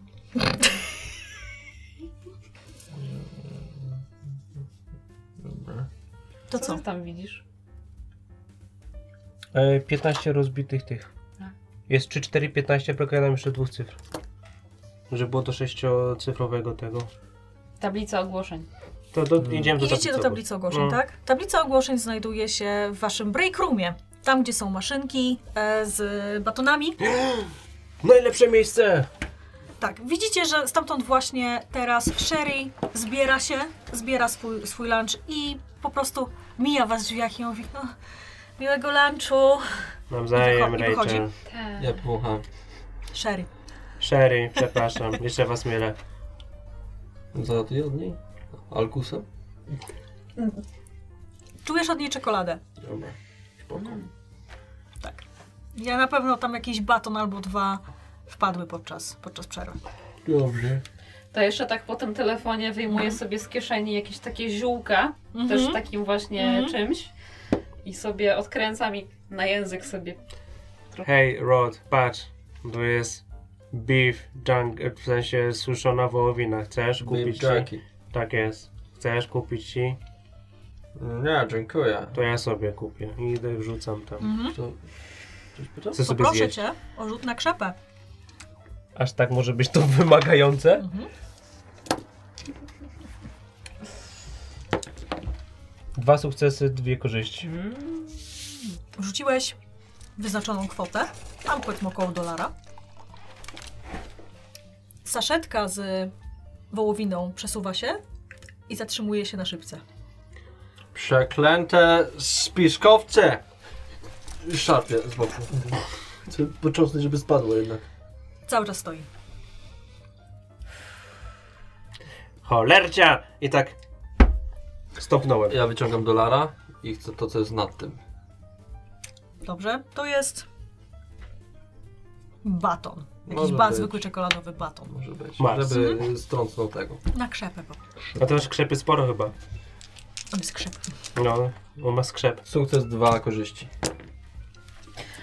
Dobra.
To co?
ty tam widzisz?
E, 15 rozbitych tych.
Tak.
Jest 3, 4, 15, brakuje nam jeszcze dwóch cyfr. Żeby było do sześciocyfrowego tego.
Tablica ogłoszeń.
To do,
Mm.
idziemy do
Idziecie do
tablicy.
tablicy ogłoszeń,
No.
tak? Tablica ogłoszeń znajduje się w waszym break roomie. Tam, gdzie są maszynki e, z batonami.
Najlepsze miejsce!
Tak, widzicie, że stamtąd właśnie teraz Sherry zbiera się, zbiera swój, swój lunch i po prostu mija was w drzwiach i mówi, no, miłego lunchu.
Nawzajem,
I wycho- i wychodzi.
Rachel.
Tak.
Ja połucham.
Sherry.
Sherry, przepraszam, jeszcze was mylę.
Za ty od niej? Alkusem?
Czujesz od niej czekoladę.
Dobra. Spoko.
No. Tak. Ja na pewno tam jakiś baton albo dwa wpadły podczas, podczas przerwy.
Dobrze.
To jeszcze tak po tym telefonie wyjmuję
No.
sobie z kieszeni jakieś takie ziółka. też tak- takim właśnie
Mhm.
czymś i sobie odkręcam i na język sobie.
Hej, Rod, patrz, tu jest beef junk, e, w sensie suszona wołowina. Chcesz kupić
Beef
ci?
jerky.
Tak jest. Chcesz kupić ci?
Nie, Mm, dziękuję.
To ja sobie kupię. I idę wrzucam tam.
Mhm.
To... Coś pyta?
Chcę sobie
Poproszę
zjeść.
cię o rzut na krzepę.
Aż tak może być to wymagające?
Mhm.
2 sukcesy, dwie korzyści.
Rzuciłeś wyznaczoną kwotę, tam powiedzmy około dolara. Saszetka z wołowiną przesuwa się i zatrzymuje się na szybce.
Przeklęte spiskowce! Szarpie z boku. Chcę począsnąć, żeby spadło jednak.
Cały czas stoi.
Cholercia! I tak stopnąłem.
Ja wyciągam dolara i chcę to, co jest nad tym.
Dobrze, to jest baton. Jakiś
Może
ba-
być.
zwykły czekoladowy baton.
Może być.
Mars.
Żeby strącnął tego.
Na krzepę, bo on
A to masz krzepy sporo chyba.
jest krzep.
No, on ma skrzep.
Sukces dwa korzyści.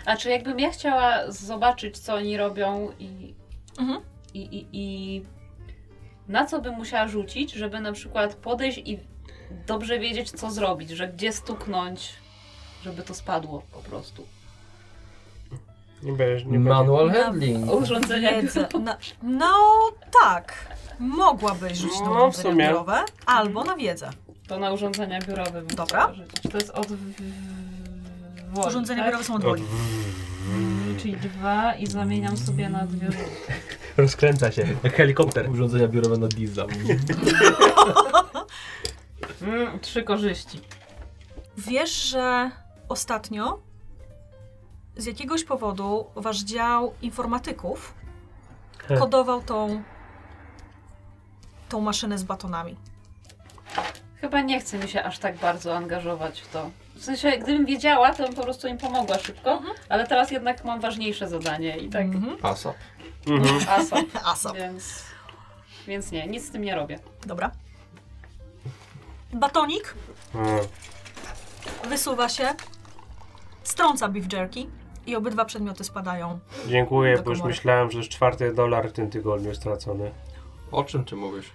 A czy jakbym ja chciała zobaczyć, co oni robią i,
Mhm.
i, i, i na co bym musiała rzucić, żeby na przykład podejść i dobrze wiedzieć, co zrobić, że gdzie stuknąć, żeby to spadło po prostu.
Nie będziesz, nie będzie.
Manual
Na-
handling.
Urządzenia.
Wiedzę. Na, no tak, mogłabyś rzucić na
No, w
urządzenia
sumie.
biurowe albo na wiedzę.
To na urządzenia biurowe bym
Dobra.
chciała rzucić. Czy to jest od... w- woli,
Urządzenia
tak?
biurowe są od
Od-
woli.
Czyli dwa i zamieniam sobie na dwie rzuty.
Rozkręca się, jak helikopter.
Urządzenia biurowe na diesla.
Mm, trzy korzyści.
Wiesz, że ostatnio z jakiegoś powodu wasz dział informatyków
He.
kodował tą, tą maszynę z batonami.
Chyba nie chce mi się aż tak bardzo angażować w to. W sensie, gdybym wiedziała, to bym po prostu im pomogła szybko, ale teraz jednak mam ważniejsze zadanie i tak
Mhm.
Pasa.
Mhm.
asap,
Asap.
więc... Więc nie, nic z tym nie robię.
Dobra.
Mhm.
Batonik wysuwa się strąca beef jerky i obydwa przedmioty spadają.
Dziękuję,
Do
bo już
komory.
myślałem, że już czwarty dolar w tym tygodniu stracony.
O czym ty mówisz?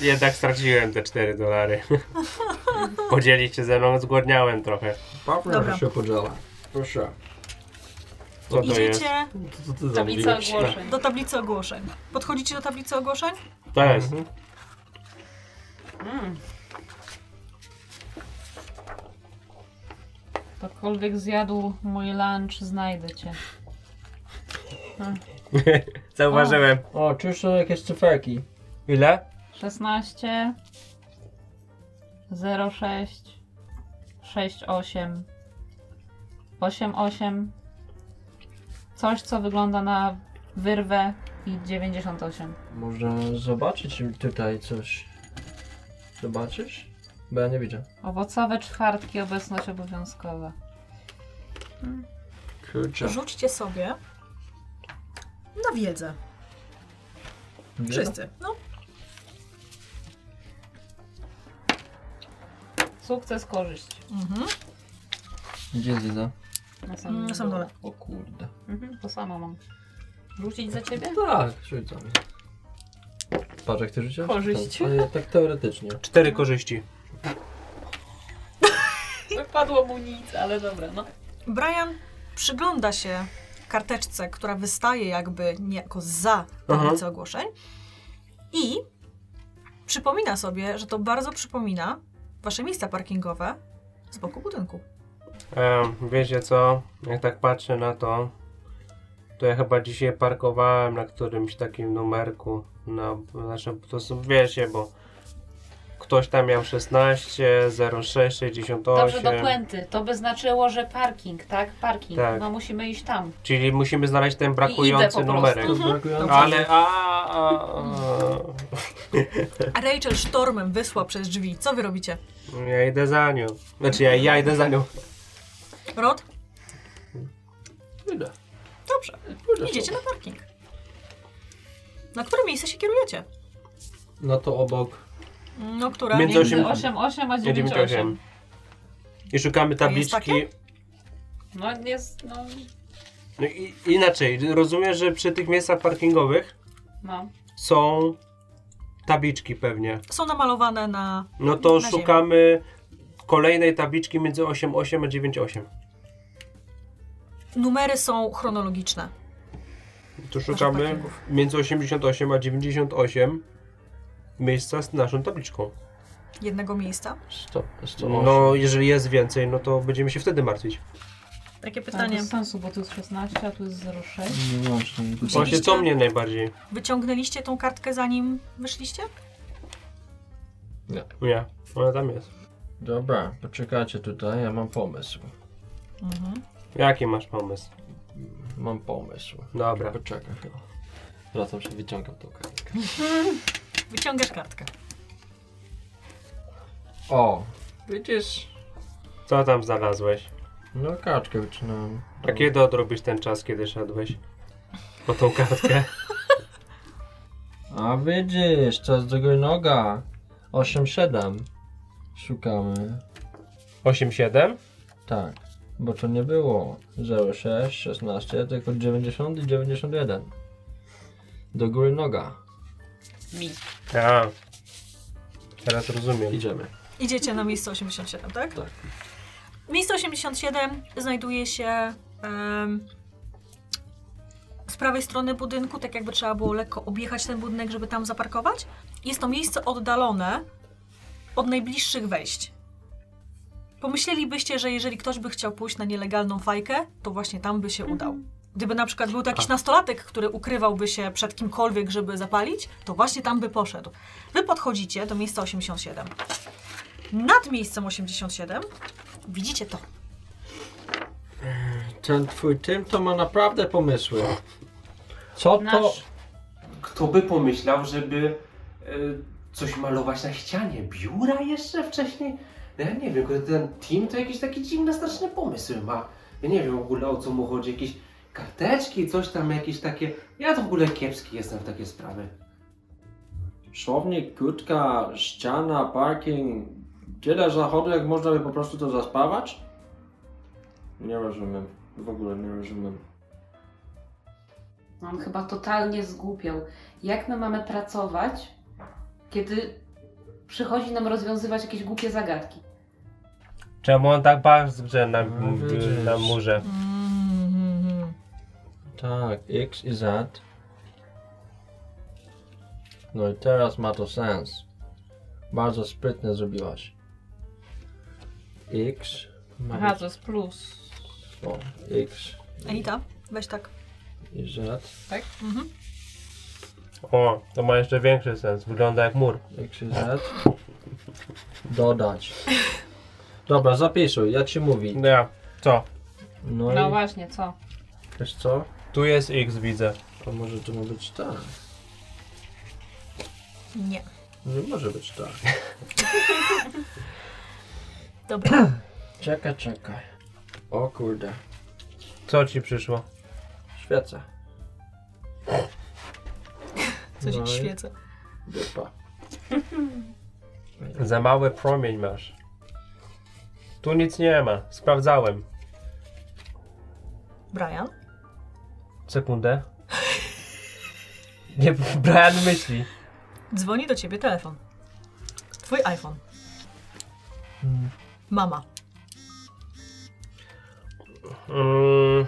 Jednak straciłem te 4 dolary. Podzielić się ze mną, zgłodniałem trochę.
Pawla
Dobra.
się podziela. Proszę.
Co to jest?
Idziecie
Co- Co ty
Tablica
zamówiłeś?
ogłoszeń.
do tablicy ogłoszeń. Podchodzicie do tablicy ogłoszeń?
To jest.
Mm. Ktokolwiek zjadł mój lunch, znajdę cię.
Zauważyłem.
O, czy już są jakieś cyferki?
Ile?
16 06 68 88 Coś, co wygląda na wyrwę i 98.
Może zobaczyć tutaj coś. Zobaczysz? Bo ja nie widzę.
Owocowe czwartki, obecność obowiązkowa.
Kurczę.
Rzućcie sobie na wiedzę. Wszyscy. No,
Sukces, korzyść.
Mhm.
Gdzie jest wiedza?
Na samym
Mm, Na samym dole.
O kurde.
Mhm, to samo mam. Rzucić za ciebie?
Tak, rzucam. Patrz, jak ty rzuciłeś?
Korzyść.
Tak, ale tak teoretycznie.
Cztery korzyści.
Wypadło mu nic, ale dobra, no.
Brian przygląda się karteczce, która wystaje jakby niejako za tablicę ogłoszeń i przypomina sobie, że to bardzo przypomina wasze miejsca parkingowe z boku budynku.
Em, E, wiecie co? Jak tak patrzę na to, to ja chyba dzisiaj parkowałem na którymś takim numerku. Na, znaczy, to są, wiecie, bo ktoś tam miał 16, 06, 68.
Dobrze, do puenty. To by znaczyło, że parking, tak? Parking.
Tak.
No musimy iść tam.
Czyli musimy znaleźć ten
I idę po
brakujący
prostu.
numerek.
Mhm.
Brakujące.
Ale a, a, a,
A Rachel sztormem wysła przez drzwi. Co wy robicie?
Ja idę za nią. Znaczy ja, ja idę za nią.
Rod?
Idę.
Dobrze. Idziecie na parking. Na które miejsce się kierujecie?
No to obok.
No, które?
Między
Między
osiem-
8,8 a 9,8.
98. I szukamy tabliczki.
takie?
No jest, no,
No i, inaczej, rozumiem, że przy tych miejscach parkingowych
no.
są tabliczki pewnie.
Są namalowane na...
No to
Na ziemi.
szukamy kolejnej tabliczki między 88 a 98.
Numery są chronologiczne.
To szukamy
parkingów.
między 88 a 98 miejsca z naszą tabliczką.
Jednego miejsca.
Stop, stop.
No, jeżeli jest więcej, no to będziemy się wtedy martwić.
Takie
Tak,
pytanie.
bez sensu, bo tu jest 16, a tu jest 0,6.
Nie łączę.
Właśnie co mnie najbardziej?
Wyciągnęliście tą kartkę zanim wyszliście?
Nie, ona tam jest.
Dobra, poczekajcie tutaj, ja mam pomysł.
Mhm.
Jaki masz pomysł?
Mam pomysł.
Dobra.
Poczekaj chwilę. Wracam się, wyciągam tą kartkę.
Wyciągasz kartkę.
O! Widzisz?
Co tam znalazłeś?
No kartkę wycinałem.
A kiedy odrobisz ten czas, kiedy szedłeś? Po tą kartkę.
A widzisz, czas do noga. 8-7. Szukamy.
8-7?
Tak. Bo to nie było 06, 16, tylko 90 i 91. Do góry noga.
Mi.
A. Teraz rozumiem.
Idziemy.
Idziecie na miejsce 87, tak?
Tak.
Miejsce 87 znajduje się em, z prawej strony budynku, tak jakby trzeba było lekko objechać ten budynek, żeby tam zaparkować. Jest to miejsce oddalone od najbliższych wejść. Pomyślelibyście, że jeżeli ktoś by chciał pójść na nielegalną fajkę, to właśnie tam by się udał. Gdyby na przykład był to jakiś nastolatek, który ukrywałby się przed kimkolwiek, żeby zapalić, to właśnie tam by poszedł. Wy podchodzicie do miejsca 87 nad miejscem 87 widzicie to.
Ten twój tym to ma naprawdę pomysły. Co to?
Nasz.
Kto by pomyślał, żeby e, coś malować na ścianie? Biura jeszcze wcześniej? No ja nie wiem, kurde, ten team to jakiś taki dziwny, straszny pomysł ma. Ja nie wiem w ogóle o co mu chodzi, jakieś karteczki, coś tam, jakieś takie... Ja to w ogóle kiepski jestem w takie sprawy.
Szownik, kurtka, ściana, parking, Tyle zachodu, jak można by po prostu to zaspawać? Nie rozumiem. W ogóle nie rozumiem.
On chyba totalnie zgłupiał. Jak my mamy pracować, kiedy przychodzi nam rozwiązywać jakieś głupie zagadki?
Czemu on tak bardzo grze na, y,
No, widzisz.
na murze?
Mhm.
Tak, X i Z. No i teraz ma to sens. Bardzo sprytnie zrobiłaś. X ma
Aha,
być
to jest plus.
o, X
Anita, weź tak.
i Z.
Mhm.
O, to ma jeszcze większy sens. Wygląda jak mur.
X i Z. Dodać. Dobra, zapisuj, ja ci mówię.
No ja, co?
No,
No
i
właśnie, co?
wiesz co?
Tu jest X, widzę.
To może to ma być tak.
Nie.
Nie może być tak.
Dobra.
Czekaj, czekaj. O kurde.
Co ci przyszło?
Świeca.
Coś
No i-
świecę.
Dupa.
Za mały promień masz. Tu nic nie ma. Sprawdzałem.
Brian?
Sekundę. Nie, Brian myśli.
Dzwoni do ciebie telefon. Twój iPhone. Mama.
Mm,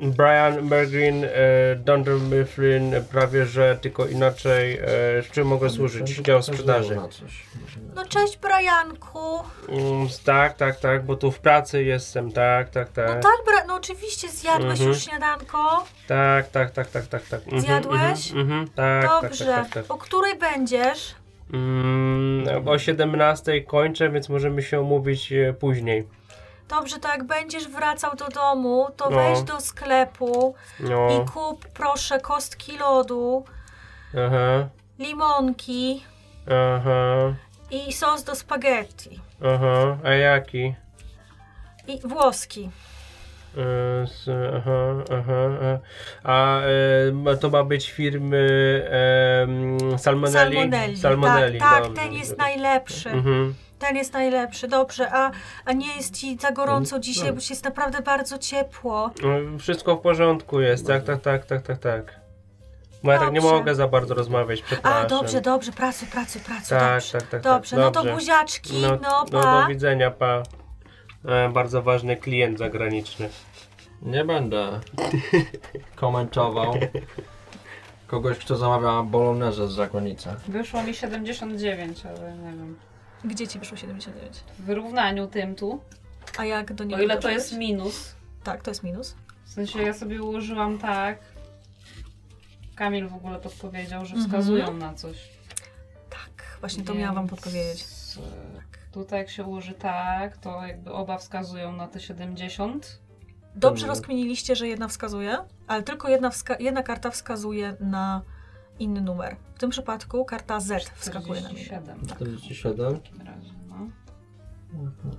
Brian Bergrin, e, Dunder Mifflin, e, prawie że, tylko inaczej. E, z czym mogę służyć? Dział sprzedaży.
Na coś.
No cześć, Brianku.
Mm, tak, tak, tak, bo tu w pracy jestem, tak, tak,
No
tak.
tak, Bra- no oczywiście zjadłeś
Mhm.
już śniadanko.
Tak, tak, tak, tak, tak, tak. Mhm,
Zjadłeś?
Mhm, mhm, tak,
Dobrze.
tak, tak, tak, tak.
O której będziesz?
Mm, o 17 kończę, więc możemy się umówić e, później.
Dobrze, to jak będziesz wracał do domu, to
No.
wejdź do sklepu
No,
i kup proszę kostki lodu,
aha,
limonki
aha,
i sos do spaghetti.
aha, a jaki?
I włoski.
E, s- Aha, aha, aha. A e, ma- to ma być firmy e, mm, Salmonelli?
Salmonelli.
Salmonelli,
Tak, tak
dobrze,
ten jest
dobrze.
najlepszy.
Mhm.
Ten jest najlepszy, dobrze. A, a nie jest ci za
No,
gorąco dzisiaj, bo dzisiaj jest naprawdę bardzo ciepło.
E, Wszystko w porządku jest, tak, tak, tak, tak, tak, tak. Bo ja tak nie
Dobrze.
mogę za bardzo rozmawiać,
A,
przepraszam.
dobrze, dobrze, pracuj, pracuj, pracuj.
Tak,
dobrze.
tak, tak, tak,
dobrze, no to
dobrze.
buziaczki, no, pa.
no, do widzenia, pa. E, bardzo ważny klient zagraniczny.
Nie będę komentował kogoś, kto zamawia bolognese z zagranicy.
Wyszło mi 79, ale nie wiem.
Gdzie ci wyszło 79?
W wyrównaniu tym tu,
A jak do niego
o ile to
doszedłeś?
jest minus,
Tak, to jest minus.
W sensie ja sobie ułożyłam tak. Kamil w ogóle podpowiedział, że
Mhm.
wskazują na coś.
Tak, właśnie to miałam wam
Więc,
podpowiedzieć.
e, Tutaj jak się ułoży tak, to jakby oba wskazują na te 70.
Dobrze rozkminiliście, że jedna wskazuje, ale tylko jedna, wska- jedna karta wskazuje na inny numer. W tym przypadku karta Z wskakuje na Tak. minę.
47 w
47.
takim razie, no.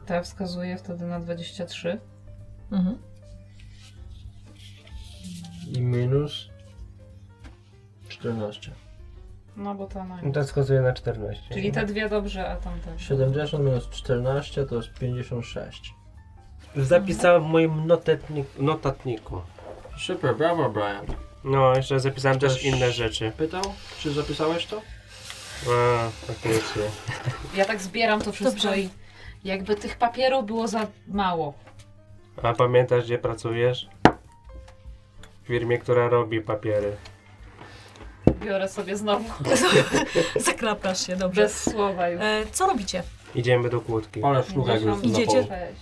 Ta wskazuje wtedy na 23.
Mhm.
I minus 14.
No bo ta na...
To wskazuje na 14.
Czyli te dwie dobrze, a tamte...
70 minus 14 to jest 56.
Zapisałem w moim notatnik, notatniku.
Super, brawo Brian.
No, jeszcze zapisałem też
Też-
inne rzeczy.
Pytał, czy zapisałeś to?
A, faktycznie.
Ja tak zbieram to wszystko
Dobrze.
i jakby tych papierów było za mało.
A pamiętasz, gdzie pracujesz? W firmie, która robi papiery.
Biorę sobie znowu
Zakrapasz się, dobrze.
bez słowa już.
E, co robicie?
Idziemy do kłódki.
Ale słuchaj, już
Idziecie?
zapomniał.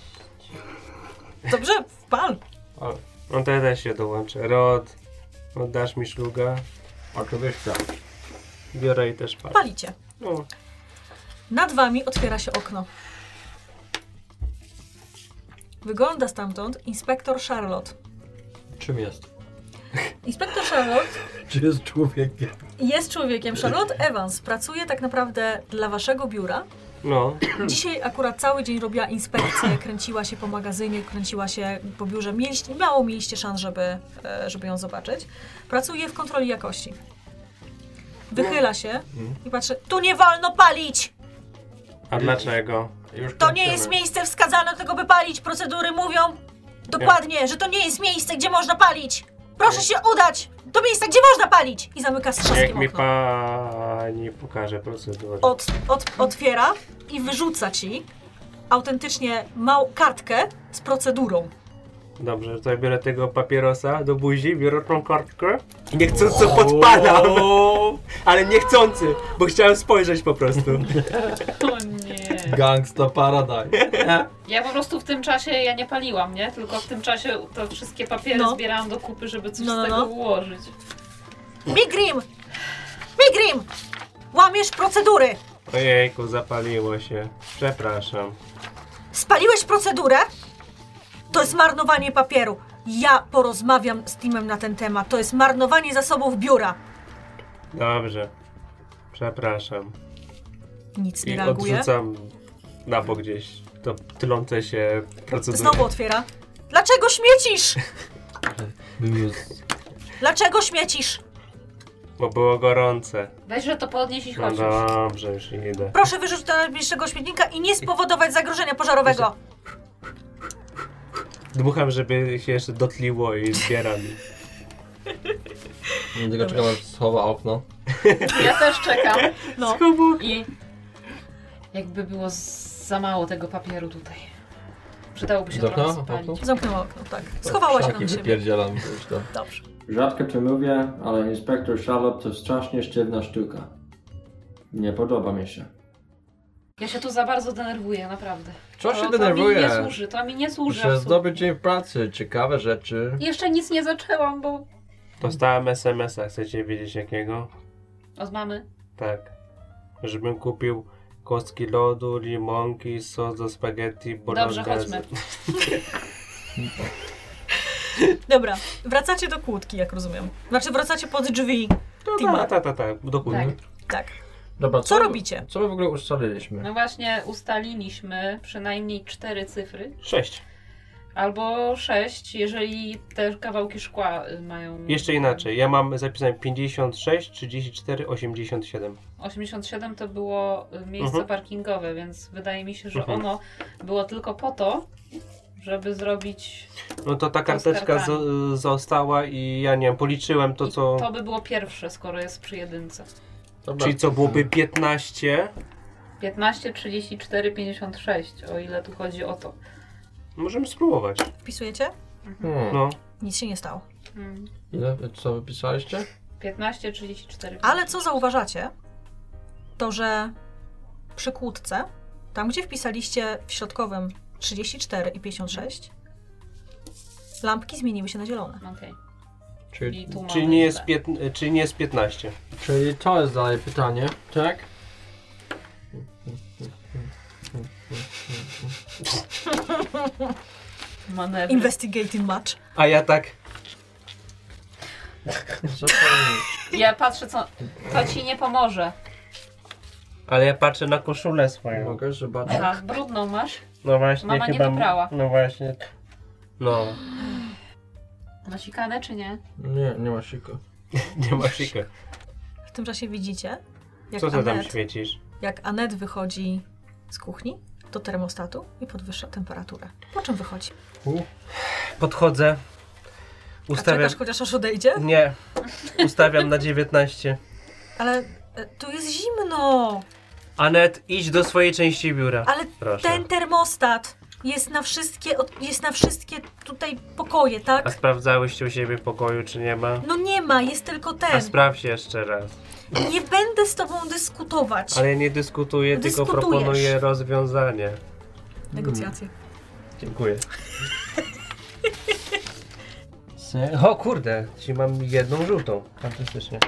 Dobrze, wpal.
On No też się dołączy. Rod, oddasz mi szluga?
Oczywiście.
Biorę i też patrzę.
Palicie.
No.
Nad wami otwiera się okno. Wygląda stamtąd inspektor Charlotte.
Czym jest?
Inspektor Charlotte
Czy jest człowiekiem?
jest człowiekiem. Charlotte Evans pracuje tak naprawdę dla waszego biura.
no.
Dzisiaj akurat cały dzień robiła inspekcję, kręciła się po magazynie, kręciła się po biurze. Mieliście, mało mieliście szans, żeby, e, żeby ją zobaczyć. Pracuje w kontroli jakości. Wychyla się i patrzy, tu nie wolno palić!
A dlaczego?
Już
To
kończymy.
nie jest miejsce wskazane do tego, by palić. Procedury mówią dokładnie, że to nie jest miejsce, gdzie można palić. Proszę się udać do miejsca, gdzie można palić! I zamyka z
Niech
trzaskiem
mi
okno.
pani pokaże procedury.
Od, od, otwiera i wyrzuca ci autentycznie mał kartkę z procedurą.
Dobrze, to ja biorę tego papierosa do buzi, biorę tą kartkę i niechcąco podpadam. Ale niechcący, bo chciałem spojrzeć po prostu.
O nie.
Gangsta Paradise.
Ja po prostu w tym czasie, ja nie paliłam, nie? Tylko w tym czasie to wszystkie papiery
No.
zbierałam do kupy, żeby coś
No, no,
z tego
no.
ułożyć.
Migrim! Migrim! Łamiesz procedury!
Ojejku, zapaliło się. Przepraszam.
Spaliłeś procedurę? To jest marnowanie papieru. Ja porozmawiam z Timem na ten temat. To jest marnowanie zasobów biura.
Dobrze. Przepraszam.
Nic nie
I
reaguje.
odrzucam na bok gdzieś to tylące się procedury.
Znowu otwiera. Dlaczego śmiecisz?
Bym już...
Dlaczego śmiecisz?
Bo było gorące.
Weź, że to podnieś i
No
chodź. już.
dobrze, już idę.
Proszę wyrzucić do najbliższego śmietnika i nie spowodować zagrożenia pożarowego.
Dmucham, żeby się jeszcze dotliło i zbieram.
Nie tylko czekam, aż schowa okno.
Ja też czekam.
No.
I jakby było z- za mało tego papieru tutaj. Przydałoby się
Do
trochę
okna?
spalić.
no, Okno?
Zamknęła okno, tak. Schowała się
Szlaki
tam siebie.
wypierdzielam to już tam.
Dobrze.
Rzadko czy mówię, ale inspektor Charlotte to strasznie sztywna sztuka. Nie podoba mi się.
Ja się tu za bardzo denerwuję, naprawdę.
Co się
No, To mi nie
denerwuje?
służy, to mi nie służy.
Muszę
absolutnie.
zdobyć dzień w pracy, ciekawe rzeczy.
Jeszcze nic nie zaczęłam, bo...
Dostałem SMS-a, chcecie wiedzieć jakiego?
Od mamy.
Tak. Żebym kupił kostki lodu, limonki, sos do spaghetti, bolognese.
Dobrze, chodźmy.
Dobra, wracacie do kłódki, jak rozumiem. Znaczy, wracacie pod drzwi. Tima.
Tak, tak, tak, tak, dokładnie.
Tak.
Tak.
Dobra,
Co robicie?
Co my w ogóle ustaliliśmy?
No właśnie ustaliliśmy przynajmniej cztery cyfry.
Sześć.
Albo 6, jeżeli te kawałki szkła y, mają.
Jeszcze inaczej, ja mam zapisane 56, 34, 87.
87 to było y, miejsce
Mhm.
parkingowe, więc wydaje mi się, że
Mhm.
ono było tylko po to, żeby zrobić.
No to ta
To z
karteczka
kartami.
zo- została i ja nie wiem, policzyłem to
i
co...
to by było pierwsze, skoro jest przy jedynce.
Dobra.
Czyli co byłoby 15,
15, 34, 56, o ile tu chodzi o to.
możemy spróbować.
Wpisujecie?
Hmm.
No,
Nic się nie stało.
Mm.
Ile, co wypisaliście?
15, 34.
Ale co zauważacie, to że przy kłódce, tam gdzie wpisaliście w środkowym 34 i 56, lampki zmieniły się na zielone.
Okej.
Czyli,
I tu
czyli
mamy
nie, jest
źle.
piętn- czyli nie jest 15.
czyli to jest dalej pytanie, tak?
Manewry.
Investigating match.
A ja tak...
Co to-
Ja patrzę, co. To ci nie pomoże.
Ale ja patrzę na koszulę swoją.
Mogę zobaczyć?
Tak.
Aha, brudną masz.
No właśnie,
Mama nie
chyba...
wyprała.
No właśnie. No,
Nasikane czy nie?
Nie, nie ma siku.
nie ma szyka.
W tym czasie widzicie, jak
Co ty tam
Anet,
świecisz?
jak Anet wychodzi z kuchni do termostatu i podwyższa temperaturę. Po czym wychodzi?
Podchodzę.
A
Ustawiam.
czekasz chociaż aż odejdzie?
Nie. Ustawiam na 19.
Ale e, tu jest zimno!
Anet, idź do swojej części biura.
Ale
Proszę.
ten termostat jest na wszystkie, od- jest na wszystkie tutaj pokoje, tak?
A sprawdzałyście u siebie pokoju, czy nie ma?
No nie ma, jest tylko
A
ten.
sprawdź jeszcze raz.
Nie będę z tobą dyskutować.
Ale ja nie dyskutuję, tylko
Dyskutujesz.
proponuję rozwiązanie.
Negocjacje.
Dziękuję. O kurde, czyli mam jedną żółtą. Fantastycznie.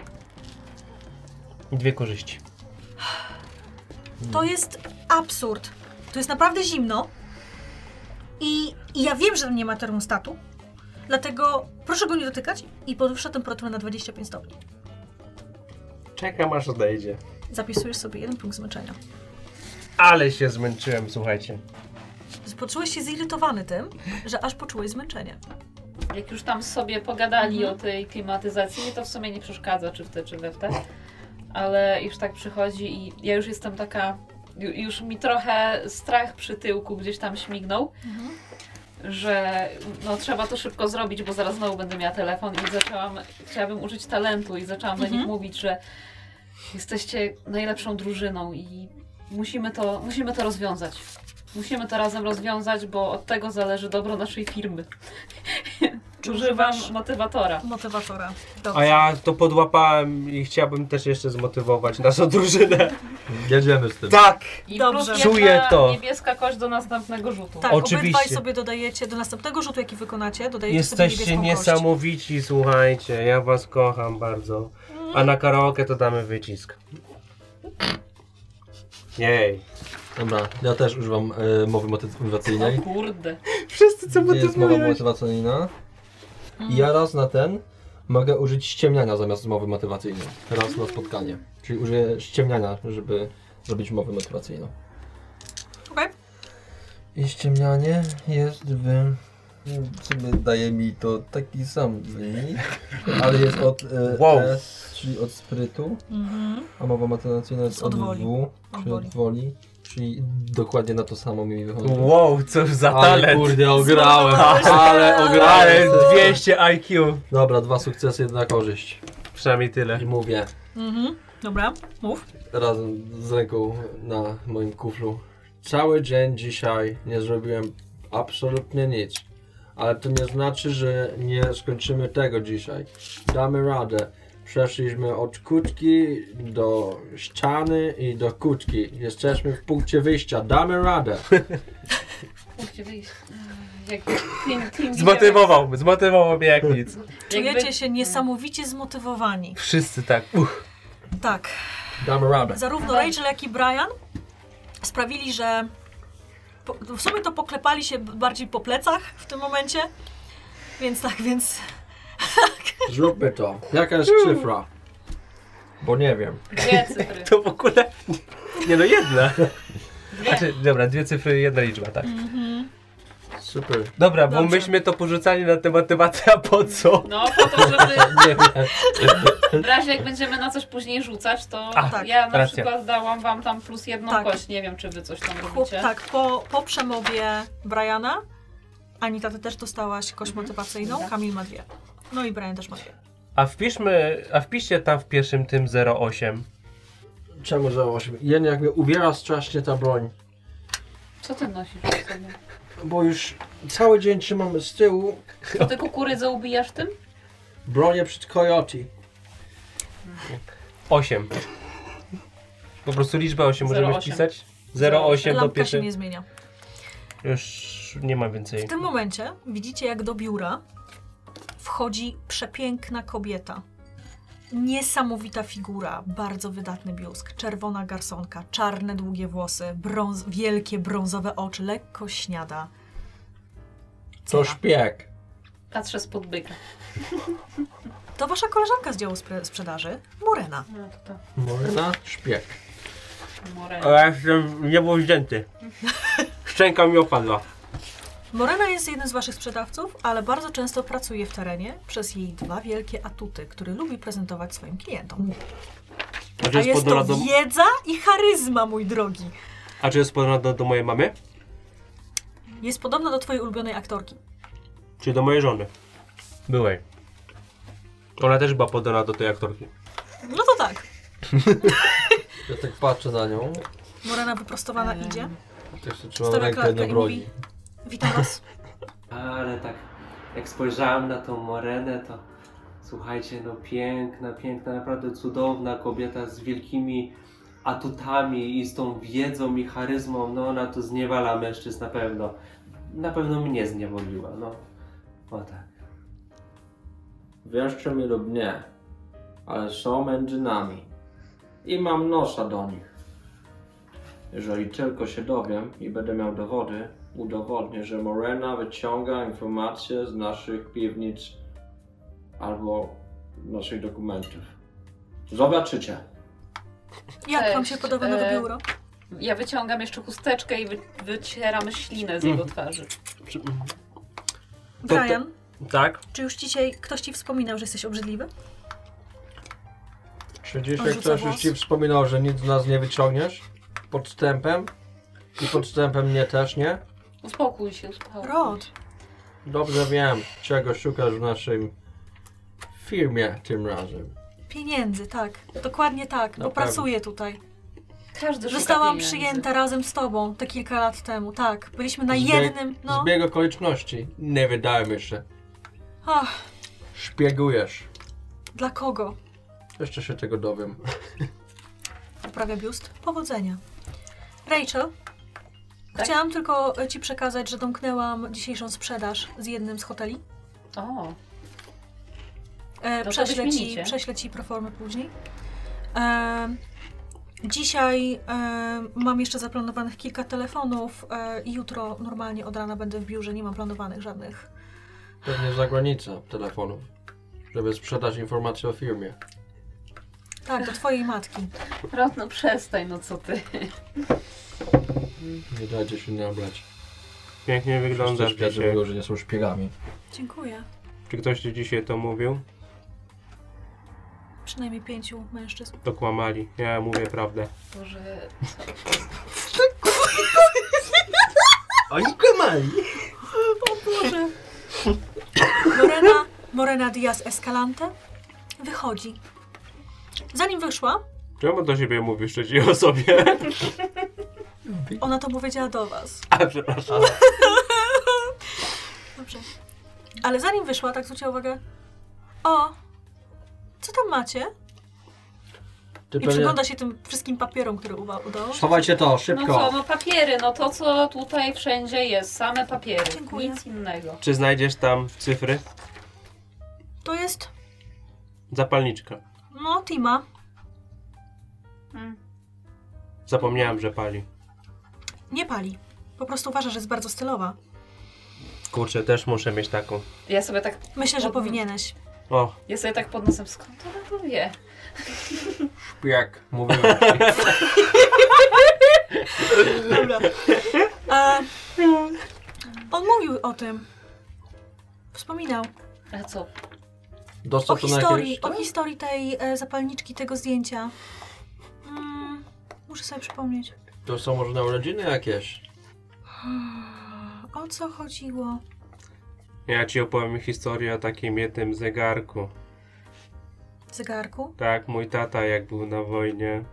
I dwie korzyści.
To jest absurd. To jest naprawdę zimno. I, I ja wiem, że tam nie ma termostatu. Dlatego proszę go nie dotykać i podwyższa temperaturę na 25 stopni.
Czekam aż odejdzie.
Zapisujesz sobie jeden punkt zmęczenia.
Ale się zmęczyłem, słuchajcie.
Poczułeś się zirytowany tym, że aż poczułeś zmęczenie.
Jak już tam sobie pogadali o tej klimatyzacji, mi to w sumie nie przeszkadza, czy w te, czy we w te. Ale już tak przychodzi i ja już jestem taka ju- już mi trochę strach przy tyłku gdzieś tam śmignął, że no trzeba to szybko zrobić, bo zaraz znowu będę miała telefon i zaczęłam, chciałabym użyć talentu i zaczęłam do nich mówić, że jesteście najlepszą drużyną i musimy to, musimy to rozwiązać. Musimy to razem rozwiązać, bo od tego zależy dobro naszej firmy. Używam motywatora.
Motywatora.
A
Dobrze.
ja to podłapałem i chciałbym też jeszcze zmotywować naszą drużynę.
Jedziemy z tym.
Tak!
I
Dobrze.
plus jedna
Czuję to.
niebieska kość do następnego rzutu.
Tak, obydwaj
Oczywiście.
sobie dodajecie do następnego rzutu, jaki wykonacie, dodajecie sobie
Jesteście
niebieską
niesamowici, słuchajcie, ja was kocham bardzo. A na karaoke to damy wycisk. Jej.
Dobra, ja też używam y, mowy motywacyjnej.
O kurde.
Wszyscy co
Gdzie jest mowa
motywujesz?
motywacyjna?
Mm.
I ja raz na ten mogę użyć ściemniania zamiast mowy motywacyjnej. Raz na spotkanie. Czyli użyję ściemniania, żeby zrobić mowę motywacyjną.
kość. Okej.
I ściemnianie jest w... Sobie daje mi to taki sam wynik, ale jest od e,
Wow.
S, czyli od sprytu,
Mhm.
a mowa motywacyjna jest
Z
od,
odwoli.
W,
Od
czyli
woli.
od woli, czyli dokładnie na to samo mi wychodzi.
Wow, co za
Ale
talent! No,
kurde, ograłem, ale
Ale
ograłem.
200 IQ!
Dobra, dwa sukcesy, jedna korzyść.
Przynajmniej tyle.
I mówię,
Mhm. Dobra, mów.
razem z ręką na moim kuflu. Cały dzień dzisiaj nie zrobiłem absolutnie nic. Ale to nie znaczy, że nie skończymy tego dzisiaj. Damy radę. Przeszliśmy od kutki do ściany i do kutki. Jesteśmy w punkcie wyjścia. Damy radę.
Musicie wyjść. Jak team, team
Zmotywował, zmotywował mnie jak nic.
Czujecie się niesamowicie zmotywowani.
Wszyscy tak. Uch.
Tak.
Damy radę.
Zarówno Rachel, jak i Brian sprawili, że po, w sumie to poklepali się b- bardziej po plecach w tym momencie. Więc tak, więc
Zróbmy to. Jaka jest cyfra? Bo nie wiem.
Dwie cyfry.
To w ogóle. Nie no, jedna.
Dwie.
Znaczy, dobra, dwie cyfry, jedna liczba, tak.
Super.
Dobra, bo
Mm. Dobrze.
myśmy to porzucali na te matematy, a po co?
No, po to, żeby
Nie wiem.
w razie jak będziemy na coś później rzucać, to
A,
tak,
ja na
racja.
przykład dałam wam tam plus jedną
Tak.
kość. Nie wiem, czy wy coś tam
chłop,
robicie.
tak, po, po przemowie Briana, Anita, ty też dostałaś kość motywacyjną,
Dobra.
Kamil ma dwie. No i Brian też ma dwie.
A wpiszmy, a wpiszcie tam w pierwszym tym 08.
Czemu za 8? Jednak mnie uwiera strasznie ta broń.
Co ty nosisz w sobie?
Bo już cały dzień trzymamy z tyłu
To ty kukurydzę ubijasz tym?
bronię przed Coyote.
8. Po prostu liczbę 8 możemy
08.
wpisać? 08 do
Lampka się
pierwszej.
nie zmienia.
Już nie ma więcej.
W tym momencie widzicie, jak do biura wchodzi przepiękna kobieta. Niesamowita figura, bardzo wydatny biusk, czerwona garsonka, czarne długie włosy, brąz, wielkie brązowe oczy, lekko śniada.
To
Cera.
szpieg.
Patrzę spod byka.
To wasza koleżanka z działu spre- sprzedaży, Morena.
No to to.
Morena? Szpieg.
Morel.
A ja jestem nie był wzięty. Szczęka mi opadła.
Morena jest jednym z waszych sprzedawców, ale bardzo często pracuje w terenie przez jej dwa wielkie atuty, które lubi prezentować swoim klientom.
A czy
A
jest,
jest
podobna
to
do,
wiedza i charyzma, mój drogi.
a czy jest podobna do, do mojej mamy?
Jest podobna do twojej ulubionej aktorki.
Czy do mojej żony? Byłej. Ona też była podobna do tej aktorki.
No to tak.
Ja tak patrzę na nią.
Morena wyprostowana idzie.
Tak się trzymam
Stawia
rękę
klatkę
na
i mówi:
broni.
Witam was.
Ale tak, jak spojrzałem na tą Morenę, to słuchajcie, no piękna, piękna, naprawdę cudowna kobieta z wielkimi atutami i z tą wiedzą i charyzmą, no ona to zniewala mężczyzn na pewno. Na pewno mnie zniewoliła, no. O tak.
Wierzcie mi lub nie, ale są między nami. I mam nosa do nich. Jeżeli tylko się dowiem i będę miał dowody, udowodnię, że Morena wyciąga informacje z naszych piwnic albo naszych dokumentów. Zobaczycie.
Jak wam się
Cześć,
podoba nowe
e,
biuro?
Ja wyciągam jeszcze chusteczkę i wy, wycieram ślinę z jego twarzy.
to-
Brian,
Tak?
czy już dzisiaj ktoś ci wspominał, że jesteś obrzydliwy?
Czy dzisiaj
Odrzuca
ktoś już
włos.
ci wspominał, że nic z nas nie wyciągniesz? podstępem. I podstępem mnie też nie.
Uspokój się, uspokój.
Rod.
Dobrze wiem, czego szukasz w naszej firmie tym razem.
Pieniędzy, tak. Dokładnie tak, bo
Na pewno.
pracuję tutaj.
Każdy szuka
Zostałam
pieniędzy.
przyjęta razem z tobą te kilka lat temu, tak. Byliśmy na
Zbieg-
jednym, no.
Zbieg okoliczności. Nie wydajmy się.
Ach,
Szpiegujesz.
dla kogo?
Jeszcze się tego dowiem.
Poprawia biust. Powodzenia. Rachel, chciałam tylko e, ci przekazać, że domknęłam dzisiejszą sprzedaż z jednym z hoteli.
O,
E,
No to
prześlę, ci,
wyśmienicie.
prześlę ci proformy później. E, dzisiaj e, mam jeszcze zaplanowanych kilka telefonów e, i jutro normalnie od rana będę w biurze, nie mam planowanych żadnych.
Pewnie za granicą telefonów. Żeby sprzedać informacje o firmie.
Tak, do twojej matki.
Rod, no przestań, no co ty.
Nie dajcie się nabrać.
Pięknie wyglądasz
Wszyscy
dzisiaj.
mówią, że nie są szpiegami.
Dziękuję.
Czy ktoś ci dzisiaj to mówił?
Przynajmniej pięciu mężczyzn.
To kłamali. Ja mówię prawdę.
Boże,
Oni kłamali!
Morena, Morena Diaz Escalante wychodzi. Zanim wyszła,
Czemu do siebie mówisz trzeciej osobie?
ona to powiedziała do was.
A, przepraszam.
Dobrze. Ale zanim wyszła, tak zwróciła uwagę. O, co tam macie?
Ty
I
pewnie...
przygląda się tym wszystkim papierom, które uwa- udało. się-
Schowajcie to,
no
szybko!
co, no papiery, no to co tutaj wszędzie jest, same papiery,
Dziękuję.
nic innego.
Czy znajdziesz tam cyfry?
To jest,
Zapalniczka.
no, Tima.
Mm.
Zapomniałem, że pali.
Nie pali. Po prostu uważa, że jest bardzo stylowa.
Kurczę, też muszę mieć taką.
Ja sobie tak,
Myślę, że
Mhm.
powinieneś.
O,
ja sobie tak pod nosem, skąd ona to wie?
Szpieg, mówiłem. ci.
Dobra. E, on mówił o tym. Wspominał.
A co,
Dostał
O
to na
historii,
jakieś...
o historii tej e, zapalniczki, tego zdjęcia. Mm, muszę sobie przypomnieć.
To są może na urodziny jakieś?
O co chodziło?
ja ci opowiem historię o takim jednym zegarku.
Zegarku?
Tak, mój tata jak był na wojnie.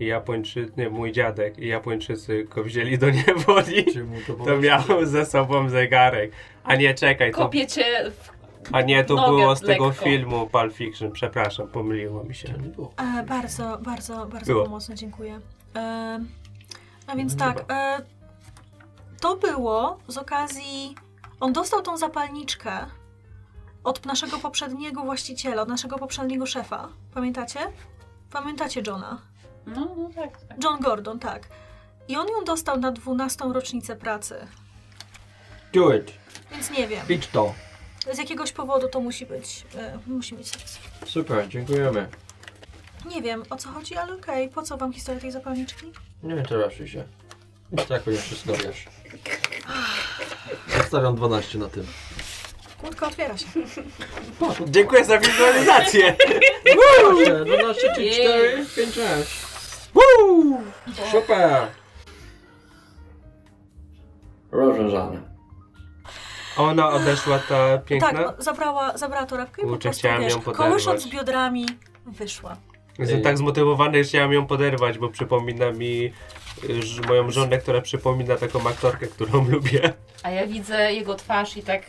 I Japończycy, nie, mój dziadek i Japończycy go wzięli do niewoli.
Czy mu to
To
powiedzieć?
miał ze sobą zegarek. A nie, czekaj, to,
kopiecie w...
a nie, to
nogę
było z tego
lekko.
filmu Pulp Fiction. Przepraszam, pomyliło mi się.
Nie było.
E, bardzo, bardzo, bardzo
Było. No
pomocne, dziękuję. E, a więc
Nie
tak,
ma.
e, to było z okazji. On dostał tą zapalniczkę od naszego poprzedniego właściciela, od naszego poprzedniego szefa. Pamiętacie? Pamiętacie Johna?
No, no tak, tak.
John Gordon, tak. I on ją dostał na 12. rocznicę pracy,
Do it!
więc nie wiem.
Idź to!
Z jakiegoś powodu to musi być. E, musi mieć sens.
Super, dziękujemy.
Nie wiem o co chodzi, ale okej, po co wam historia tej zapalniczki?
Nie interesuj się. Tak już wszystko wiesz. Zostawiam 12 na tym.
Kłódka otwiera się. Tak,
Dziękuję za wizualizację!
12, 12 czy 4, 5 aż. Woo! Super!
Różne
Ona odeszła ta piękna?
Tak, no, zabrała, zabrała torebkę i po
Kurczę,
prostu
chciałem
wiesz,
ją poderwać.
kołysząc biodrami wyszła.
no.
Jestem
Ej.
tak zmotywowany, że chciałem ją poderwać, bo przypomina mi y, ż- moją żonę, która przypomina taką aktorkę, którą lubię.
A ja widzę jego twarz i tak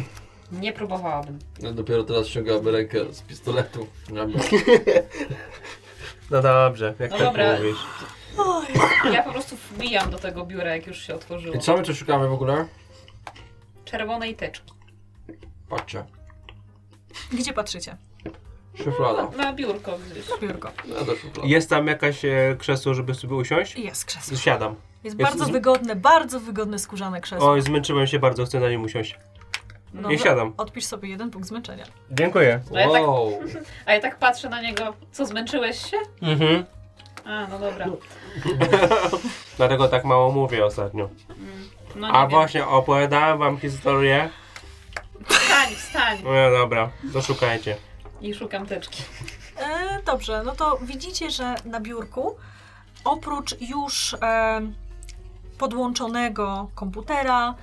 nie próbowałabym.
No dopiero teraz ściągamy rękę z pistoletu. Dobra.
No dobrze, jak
No
tak
dobra.
mówisz.
Oj,
Ja po prostu wbijam do tego biura, jak już się otworzyło.
I co my tu szukamy w ogóle?
Czerwonej teczki.
Patrzcie.
gdzie patrzycie?
Szuflada.
Na biurko gdzieś.
Na biurko.
No do szuflady.
Jest tam jakaś e, krzesło, żeby sobie usiąść?
I Jest krzesło.
Siadam.
Jest
Jest
bardzo
z-
wygodne, bardzo wygodne skórzane krzesło.
Oj, zmęczyłem się bardzo, chcę na nim usiąść.
No,
I siadam.
Odpisz sobie jeden punkt zmęczenia.
Dziękuję.
A ja tak-
Wow!
A ja tak patrzę na niego. Co, zmęczyłeś się?
Mhm.
A, no dobra.
Dlatego tak mało mówię ostatnio.
No nie
A
wiem.
właśnie, opowiadałem wam historię.
Wstań, wstań.
No dobra, doszukajcie.
I szukam teczki.
E, dobrze, no to widzicie, że na biurku oprócz już e, podłączonego komputera,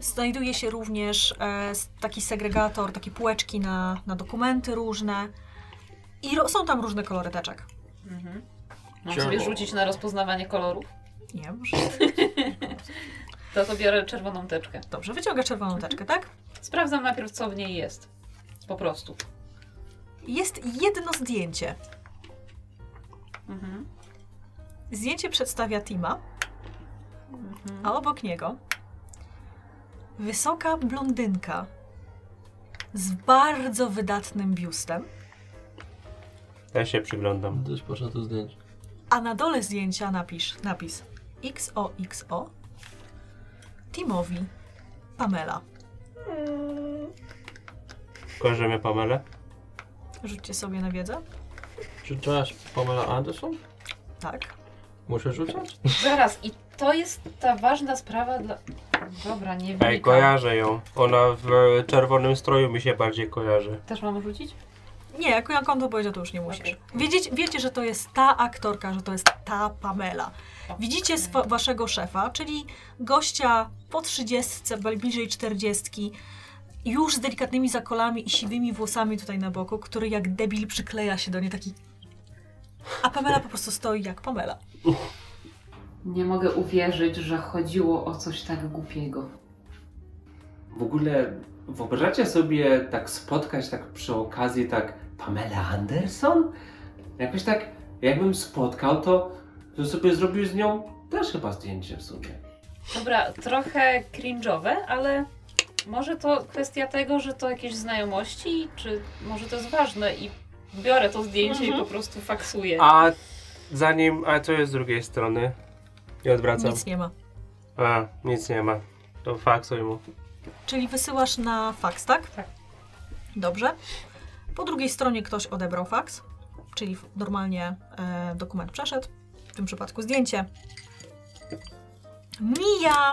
znajduje się również e, s- taki segregator, takie półeczki na, na dokumenty różne. I ro, są tam różne kolory teczek.
Mhm. Mam sobie rzucić na rozpoznawanie kolorów.
Nie, może.
To to biorę czerwoną teczkę.
Dobrze, wyciąga czerwoną teczkę, tak?
Sprawdzam najpierw, co w niej jest. Po prostu.
Jest jedno zdjęcie.
Mhm.
Zdjęcie przedstawia Tima,
Mhm.
a obok niego wysoka blondynka z bardzo wydatnym biustem,
Ja się przyglądam.
Też poszło to zdjęcie.
a na dole zdjęcia napisz, napis XOXO Timowi Pamela.
Kojarzymy Pamelę?
Rzućcie sobie na wiedzę.
Czy to jest Pamela Anderson?
Tak.
Muszę rzucać?
Zaraz, i to jest ta ważna sprawa dla... Dobra, nie
Ej,
wiem.
kojarzę ją. Ona w e, czerwonym stroju mi się bardziej kojarzy.
Też mam rzucić?
Nie, jak jak on to powiedział, to już nie musisz.
Okej.
Wiedzieć, wiecie, że to jest ta aktorka, że to jest ta Pamela. Widzicie swa, waszego szefa, czyli gościa po 30, bal- bliżej 40, już z delikatnymi zakolami i siwymi włosami tutaj na boku, który jak debil przykleja się do niej taki. A Pamela po prostu stoi jak Pamela.
Nie mogę uwierzyć, że chodziło o coś tak głupiego.
W ogóle wyobrażacie sobie tak spotkać tak przy okazji tak Pamela Anderson? Jakoś tak, jakbym spotkał, to, to sobie zrobił z nią też chyba zdjęcie w sumie.
Dobra, trochę cringe'owe, ale może to kwestia tego, że to jakieś znajomości, czy może to jest ważne i biorę to zdjęcie i po prostu faksuję.
A zanim. A co jest z drugiej strony? I odwracam.
Nic nie ma.
A, nic nie ma. To faksuj mu.
Czyli wysyłasz na faks, tak?
Tak.
Dobrze. Po drugiej stronie ktoś odebrał faks, czyli f- normalnie e, dokument przeszedł, w tym przypadku zdjęcie. Mija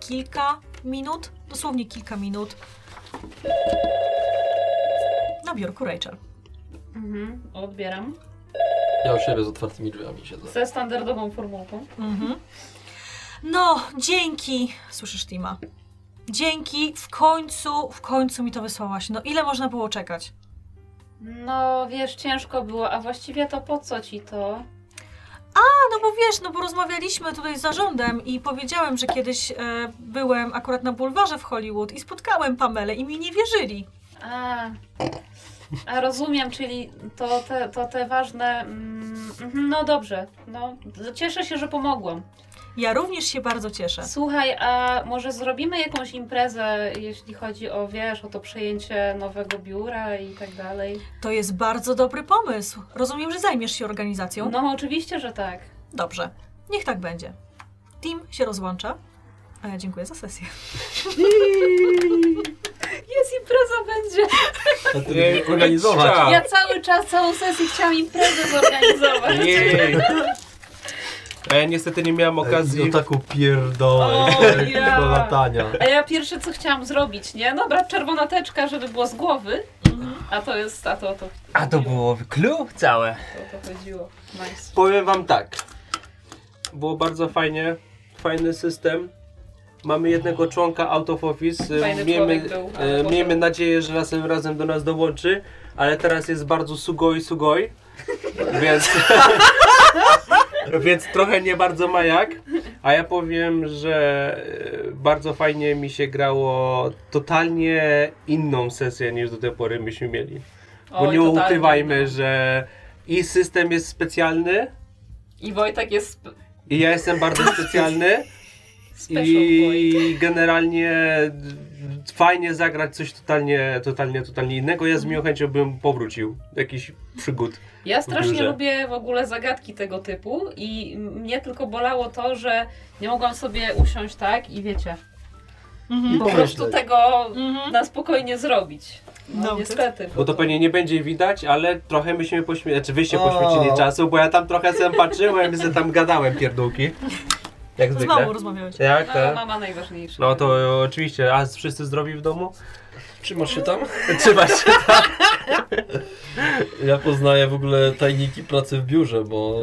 kilka minut, dosłownie kilka minut. Na biurku Rachel.
Mhm, odbieram.
Ja u siebie z otwartymi drzwiami siedzę.
Ze standardową formułką.
Mhm. No, dzięki, słyszysz Tima. Dzięki, w końcu, w końcu mi to wysłałaś. No ile można było czekać?
No wiesz, ciężko było, a właściwie to po co ci to?
No bo wiesz, no bo rozmawialiśmy tutaj z zarządem i powiedziałem, że kiedyś e, byłem akurat na bulwarze w Hollywood i spotkałem Pamelę i mi nie wierzyli.
A, a rozumiem, czyli to te, to te ważne. Mm, mhm, no dobrze, no cieszę się, że pomogłam.
Ja również się bardzo
Tak.
cieszę.
Słuchaj, a może zrobimy jakąś imprezę, jeśli chodzi o, wiesz, o to przejęcie nowego biura i tak dalej?
To jest bardzo dobry pomysł. Rozumiem, że zajmiesz się organizacją?
No oczywiście, że tak.
Dobrze, niech tak będzie. Tim się rozłącza. E, dziękuję za sesję.
Jest impreza, będzie!
A ty
Ej,
będziesz organizować.
Tak.
chciał.
Ja cały czas, całą sesję chciałam imprezę zorganizować.
Jej. A ja niestety nie miałam okazji.
Do taką pierdolę.
O, ja.
Do
tak.
latania.
A ja pierwsze co chciałam zrobić, nie? Dobra, czerwona teczka, żeby było z głowy. A to jest, a to, to,
Mhm. A to było clue całe.
to, to chodziło. Nice.
Powiem wam tak. Było bardzo fajnie. Fajny system. Mamy jednego członka out of office. Y,
Fajny
miejmy,
człowiek był, ale
e,
potem-
miejmy nadzieję, że następnym razem do nas dołączy, ale teraz jest bardzo sugoi sugoi. Więc, więc trochę nie bardzo ma jak. A ja powiem, że e, bardzo fajnie mi się grało totalnie inną sesję niż do tej pory myśmy mieli. Bo nie
Oj, totalnie.
ukrywajmy, że i system jest specjalny,
I Wojtek jest sp-
i ja jestem bardzo specjalny
special boy.
i generalnie fajnie zagrać coś totalnie, totalnie, totalnie innego. Ja z miłą chęcią bym powrócił do jakichś przygód.
Ja strasznie
Duże.
lubię w ogóle zagadki tego typu i mnie tylko bolało to, że nie mogłam sobie usiąść tak i wiecie,
I
po prostu tego
Mhm.
na spokojnie zrobić. No,
No,
niestety.
Bo to pewnie nie będzie widać, ale trochę myśmy poświęcili, znaczy wyście poświęcili
O.
czasu, bo ja tam trochę sam patrzyłem i se tam gadałem pierdółki. Jak
Z mamą
zwykle.
rozmawiałeś.
Jak
No,
to?
mama najważniejsza.
No to oczywiście, a wszyscy zdrowi w domu?
Trzymasz się tam?
Trzymać się tam.
Ja poznaję w ogóle tajniki pracy w biurze, bo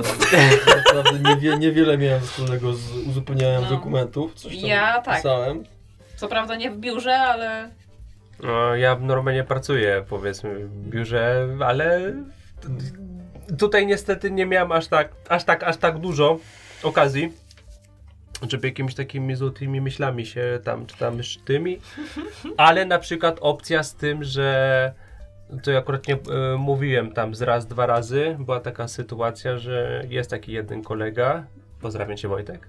naprawdę niewie, niewiele miałem wspólnego z uzupełnianiem
No.
dokumentów. Coś tam
Ja tak.
pisałem.
Co prawda nie w biurze, ale
No, ja normalnie pracuję, powiedzmy, w biurze, ale tutaj niestety nie miałem aż tak, aż tak, aż tak dużo okazji, żeby jakimiś takimi złotymi myślami się tam, czy tam z tymi, ale na przykład opcja z tym, że to ja akurat nie e, mówiłem tam z raz, dwa razy, była taka sytuacja, że jest taki jeden kolega, pozdrawiam cię Wojtek,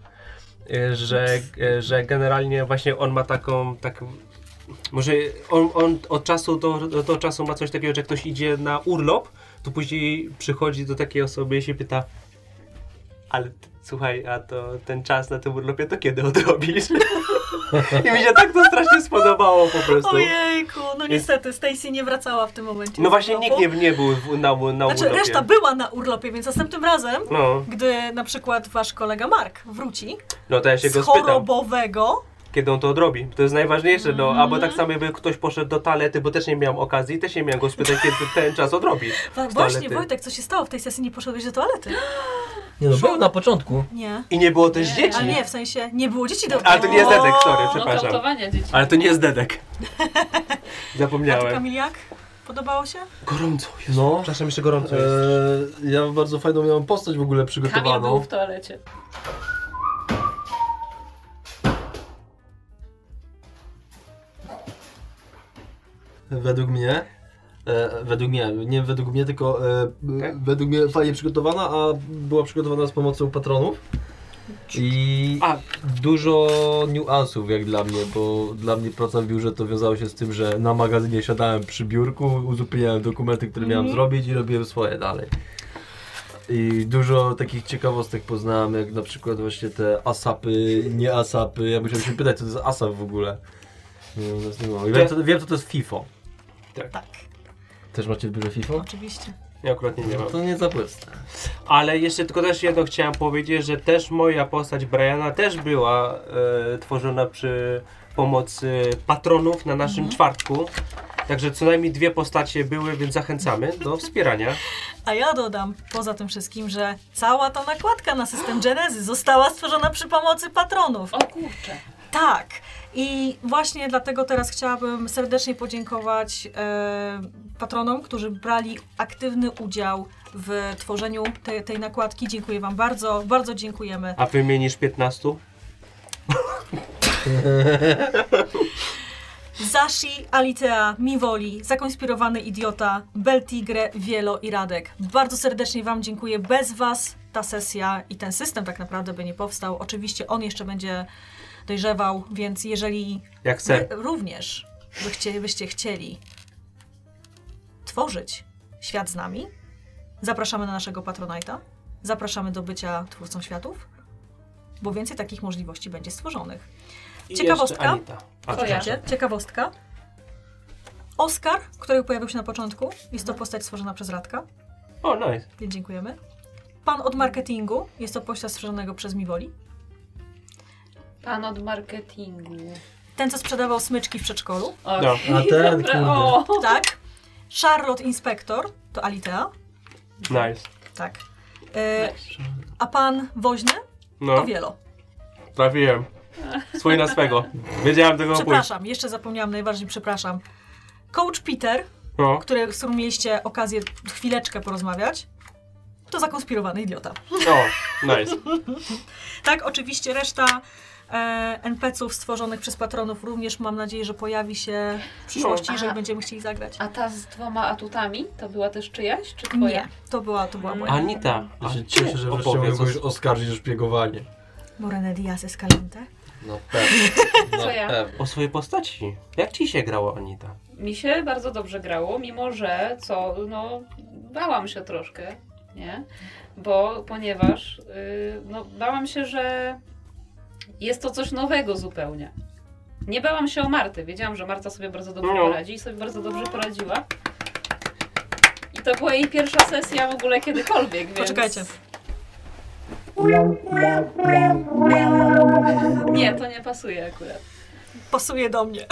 e, że, e, że generalnie właśnie on ma taką, tak, może on, on od czasu do, do czasu ma coś takiego, że ktoś idzie na urlop, to później przychodzi do takiej osoby i się pyta ale t- słuchaj, a to ten czas na tym urlopie to kiedy odrobisz? I mi się tak to strasznie spodobało po prostu.
Ojejku, no niestety, Stacy nie wracała w tym momencie.
No
z
właśnie
urlopu.
nikt nie, nie był w, na, u- na
Znaczy,
urlopie.
reszta była na urlopie, więc następnym razem,
No,
gdy na przykład wasz kolega Mark wróci
no to ja się
z
go spytam,
chorobowego,
kiedy on to odrobi. To jest najważniejsze, no. Albo tak samo jakby ktoś poszedł do toalety, bo też nie miałem okazji, też nie miałem go spytać, kiedy ten czas odrobi.
tak,
Z
właśnie
toalety.
Wojtek, co się stało w tej sesji, nie poszedłeś do toalety?
Nie no, było na początku.
Nie.
I nie było też dzieci.
A nie, w sensie, nie było dzieci do
Ale to nie jest Dedek, sorry,
O,
no
przepraszam.
traktowania dzieci.
Ale to nie jest Dedek.
A ty
Zapomniałem.
Kamil jak? Podobało się?
Gorąco.
No.
Przepraszam, jeszcze gorąco
E,
jest.
ja bardzo fajną miałem postać w ogóle
Kamil był
przygotowaną.
w toalecie.
Według mnie. E, według mnie, nie według mnie, tylko e, e, według mnie fajnie przygotowana, a była przygotowana z pomocą patronów. I
E, A.
dużo niuansów jak dla mnie, bo dla mnie praca w biurze to wiązało się z tym, że na magazynie siadałem przy biurku, uzupełniałem dokumenty, które miałem zrobić i robiłem swoje dalej. I dużo takich ciekawostek poznałem, jak na przykład właśnie te asapy, nie asapy. Ja musiałem się pytać, co to jest asap w ogóle. Nie wiem, nas nie było. I wiem, co, wiem, co to jest FIFO.
Tak,
Też macie w biurze FIFO?
oczywiście.
Ja akurat nie miałem.
No To nie za proste.
Ale jeszcze tylko też jedno chciałem powiedzieć, że też moja postać Briana też była e, tworzona przy pomocy patronów na naszym
Mhm.
czwartku. Także co najmniej dwie postacie były, więc zachęcamy do wspierania.
A ja dodam poza tym wszystkim, że cała ta nakładka na system Genezy została stworzona przy pomocy patronów.
O kurczę.
Tak. I właśnie dlatego teraz chciałabym serdecznie podziękować e, patronom, którzy brali aktywny udział w tworzeniu te, tej nakładki. Dziękuję Wam bardzo, bardzo dziękujemy.
A wymienisz 15?
Zashi, Alitea, Miwoli, Zakonspirowany Idiota, Beltigre, Wielo i Radek. Bardzo serdecznie Wam dziękuję. Bez Was ta sesja i ten system tak naprawdę by nie powstał. Oczywiście on jeszcze będzie dojrzewał, więc jeżeli
Jak chcę.
Wy również by chcie, byście chcieli tworzyć świat z nami, zapraszamy na naszego Patronite'a, zapraszamy do bycia twórcą światów, bo więcej takich możliwości będzie stworzonych.
I
Ciekawostka?
jeszcze Anita. A,
To ja.
Słuchajcie, ciekawostka. Oskar, który pojawił się na początku, jest to postać stworzona przez Radka,
O, nice.
więc dziękujemy. Pan od marketingu, jest to postać stworzonego przez Miwoli.
Pan od marketingu.
Ten, co sprzedawał smyczki w przedszkolu.
O,
No.
A ten,
dobra, o.
Tak. Charlotte Inspektor, to Alitea.
Nice.
Tak. E, a pan woźny to
No,
wielo.
trafiłem. Swój na swego. Wiedziałem tego pójść.
Przepraszam, jeszcze zapomniałam najważniej, przepraszam. Coach Peter,
No.
który, z którym mieliście okazję chwileczkę porozmawiać, to zakonspirowany idiota.
O, nice.
Tak, oczywiście reszta e, NPC-ów stworzonych przez patronów również mam nadzieję, że pojawi się w przyszłości,
No.
jeżeli
A-
będziemy chcieli zagrać.
A ta z dwoma atutami to była też czyjaś, czy twoja?
Nie, to była, to była moja.
Anita,
Ja
Mm. a
się
ty
cieszę, że wreszcie mogę
opowiedz.
kogoś oskarżyć o szpiegowanie.
Morena Diaz Escalante.
Na pewno.
Co ja?
o- O swojej postaci. Jak ci się grało, Anita?
Mi się bardzo dobrze grało, mimo że co, no bałam się troszkę, nie? Bo ponieważ y, no, bałam się, że jest to coś nowego zupełnie. Nie bałam się o Marty. Wiedziałam, że Marta sobie bardzo dobrze
No.
poradzi i sobie bardzo dobrze poradziła. I to była jej pierwsza sesja w ogóle kiedykolwiek, więc...
Poczekajcie.
Nie, to nie pasuje akurat.
Pasuje do mnie.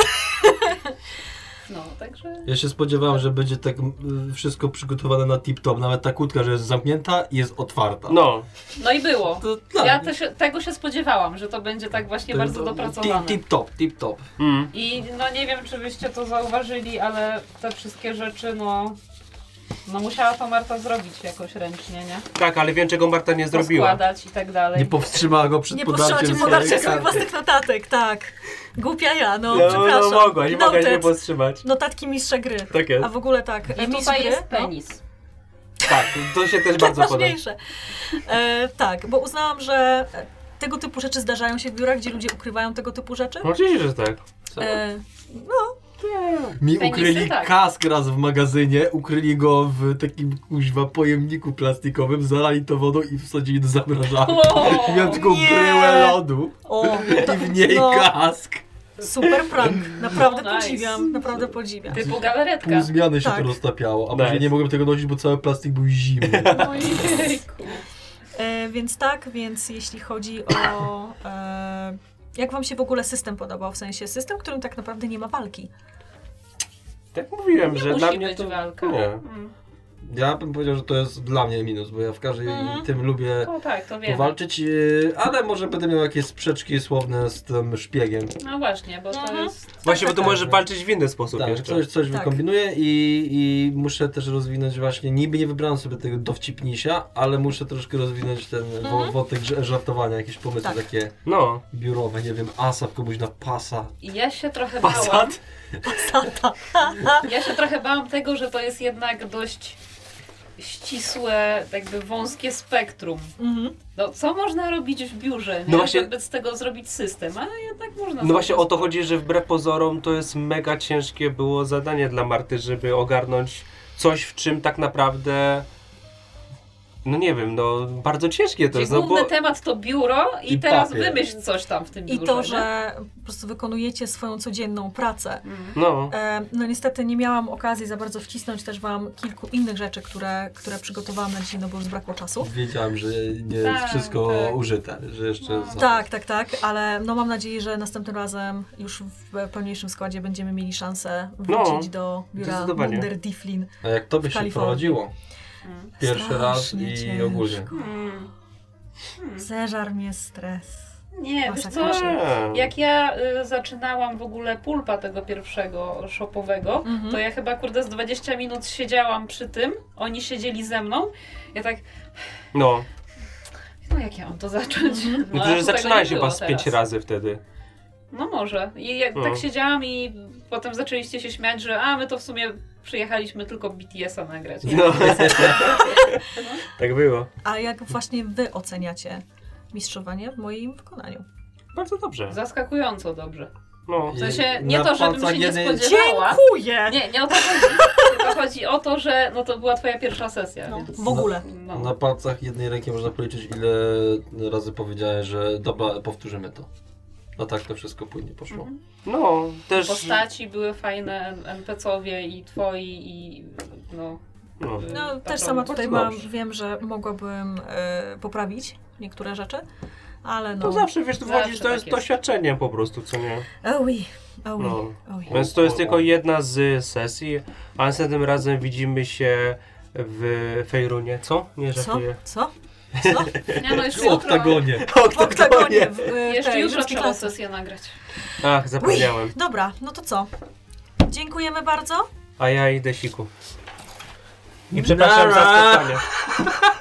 No, także
Ja się spodziewałem, że będzie tak mm, wszystko przygotowane na tip-top, nawet ta kłódka, że jest zamknięta i jest otwarta.
No,
No i było.
To
Tak.
dla
Ja
mnie
też, tego się spodziewałam, że to będzie tak właśnie
to-
bardzo
to-
dopracowane.
Tip-top, tip-top.
mm,
I no nie wiem, czy byście to zauważyli, ale te wszystkie rzeczy, no... No musiała to Marta zrobić jakoś ręcznie, nie?
tak, ale wiem czego Marta nie zrobiła.
Składać i tak dalej.
Nie powstrzymała go przed
Nie
podarciem
powstrzymacie
swojej
podarcia swoich
karty.
własnych notatek, tak. Głupia ja, no,
No, no
przepraszam.
mogła, nie mogła się
Noted.
powstrzymać.
Notatki mistrza gry.
Tak jest.
A w ogóle tak,
I
mistrz
tutaj
gry,
jest
no.
penis.
Tak, to się też bardzo podoba.
ważniejsze. E, tak, bo uznałam, że e, tego typu rzeczy zdarzają się w biurach, gdzie ludzie ukrywają tego typu rzeczy.
No, Oczywiście, że tak.
E,
Mi
Penisy,
ukryli
tak.
kask raz w magazynie, ukryli go w takim kuźwa pojemniku plastikowym, zalali to wodą i wsadzili do zamrażarki.
O,
I miałem taką
nie.
bryłę lodu
o,
i w niej
no.
kask.
super prank. Naprawdę
No, nice.
podziwiam, naprawdę podziwiam.
Typu
Pół
galaretka.
zmiany się
Tak.
to roztapiało, a
Nice.
później nie mogłem tego nosić, bo cały plastik był zimny.
No Ojejku.
E, więc tak, więc jeśli chodzi o... E, jak wam się w ogóle system podobał? W sensie system, w którym tak naprawdę nie ma walki.
Tak mówiłem,
Nie
że
musi
dla mnie
być
to...
walka.
Nie.
Mm.
Ja bym powiedział, że to jest dla mnie minus, bo ja w każdym
Mhm.
tym lubię
No tak, to wiem.
powalczyć, yy, ale może będę miał jakieś sprzeczki słowne z tym szpiegiem.
No właśnie, bo to
Mhm.
jest...
Właśnie, bo
tak,
tu
tak.
możesz walczyć w inny sposób
Tak,
jeszcze.
coś, coś
Tak.
wykombinuję i, i muszę też rozwinąć właśnie, niby nie wybrałem sobie tego dowcipnisia, ale muszę troszkę rozwinąć ten wo- wątek ża- żartowania, jakieś pomysły
Mhm. Tak.
takie
No,
biurowe, nie wiem, asap komuś na pasa.
I ja się trochę bałam.
Pasat?
Ja się trochę bałam tego, że to jest jednak dość ścisłe, jakby wąskie spektrum.
Mhm.
No, co można robić w biurze, nie?
No właśnie-
żeby z tego zrobić system, ale jednak można
no właśnie o
zrobić
to chodzi, że wbrew pozorom to jest mega ciężkie było zadanie dla Marty, żeby ogarnąć coś, w czym tak naprawdę... No nie wiem, no bardzo ciężkie to
Czyli
jest, no bo...
główny temat to biuro i,
I
teraz
papier.
wymyśl coś tam w tym
I
biurze.
to,
nie?
że po prostu wykonujecie swoją codzienną pracę.
Mm.
No,
E, No niestety nie miałam okazji za bardzo wcisnąć też Wam kilku innych rzeczy, które, które przygotowałam na dzisiaj, no bo już brakło czasu.
Wiedziałem, że nie jest
Tak,
wszystko
tak.
użyte, że jeszcze...
No.
za-
Tak, tak, tak, ale no mam nadzieję, że następnym razem już w pełniejszym składzie będziemy mieli szansę
No,
wrócić do biura
zdecydowanie.
Wunder Difflin.
A jak tobie
W
się
Kalifornii.
prowadziło?
Mm.
Pierwszy raz
Strasznie
i
ciężko.
ogólnie.
Mm.
Zeżar mnie stres.
Nie, wiesz co,
Masakra.
nie.
jak ja y, zaczynałam w ogóle pulpa tego pierwszego shopowego,
Mhm.
to ja chyba kurde z 20 minut siedziałam przy tym, oni siedzieli ze mną, ja tak,
no.
no jak ja mam to zacząć?
Mhm.
No
a tu
to, że
tego
zaczynałeś
nie
chyba
było
z pięć
teraz.
razy wtedy.
No może. I jak
No.
tak siedziałam i potem zaczęliście się śmiać, że a my to w sumie przyjechaliśmy tylko BTS-a nagrać. nie?
No. tak było.
A jak właśnie Wy oceniacie mistrzowanie w moim wykonaniu?
Bardzo dobrze.
Zaskakująco dobrze.
No.
W sensie
I
nie
na
to, żebym
palcach
się nie
jednej-
spodziewała.
Dziękuję!
Nie, nie o to chodzi. Tylko chodzi o to, że no to była twoja pierwsza sesja,
No,
więc...
w ogóle.
No.
Na palcach jednej ręki można policzyć, ile razy powiedziałeś, że dobra, powtórzymy to. A tak to wszystko płynnie poszło.
Mhm.
No, też.
Postaci były fajne, NPC-owie i twoi i no...
No.
y,
No,
naprawdę
też sama tutaj mam,
dobrze.
wiem, że mogłabym e, poprawić niektóre rzeczy, ale no...
To zawsze wiesz, to
Zawsze
wchodzisz, to
tak
jest
jest.
doświadczenie po prostu, co nie.
Oj, oj,
No.
oj.
Więc to jest tylko jedna z sesji, a następnym razem widzimy się w Fejrunie, co? Nie
Co?
żartuję.
Co?
Nie, no jeszcze
W
jutro,
oktagonie.
W oktagonie. W, e,
jeszcze
tej
jutro
rzymskiej
trzeba
klasy.
sesję nagrać.
Ach, zapomniałem.
Dobra, no to co? Dziękujemy bardzo.
A ja idę siku. I przepraszam za spotkanie.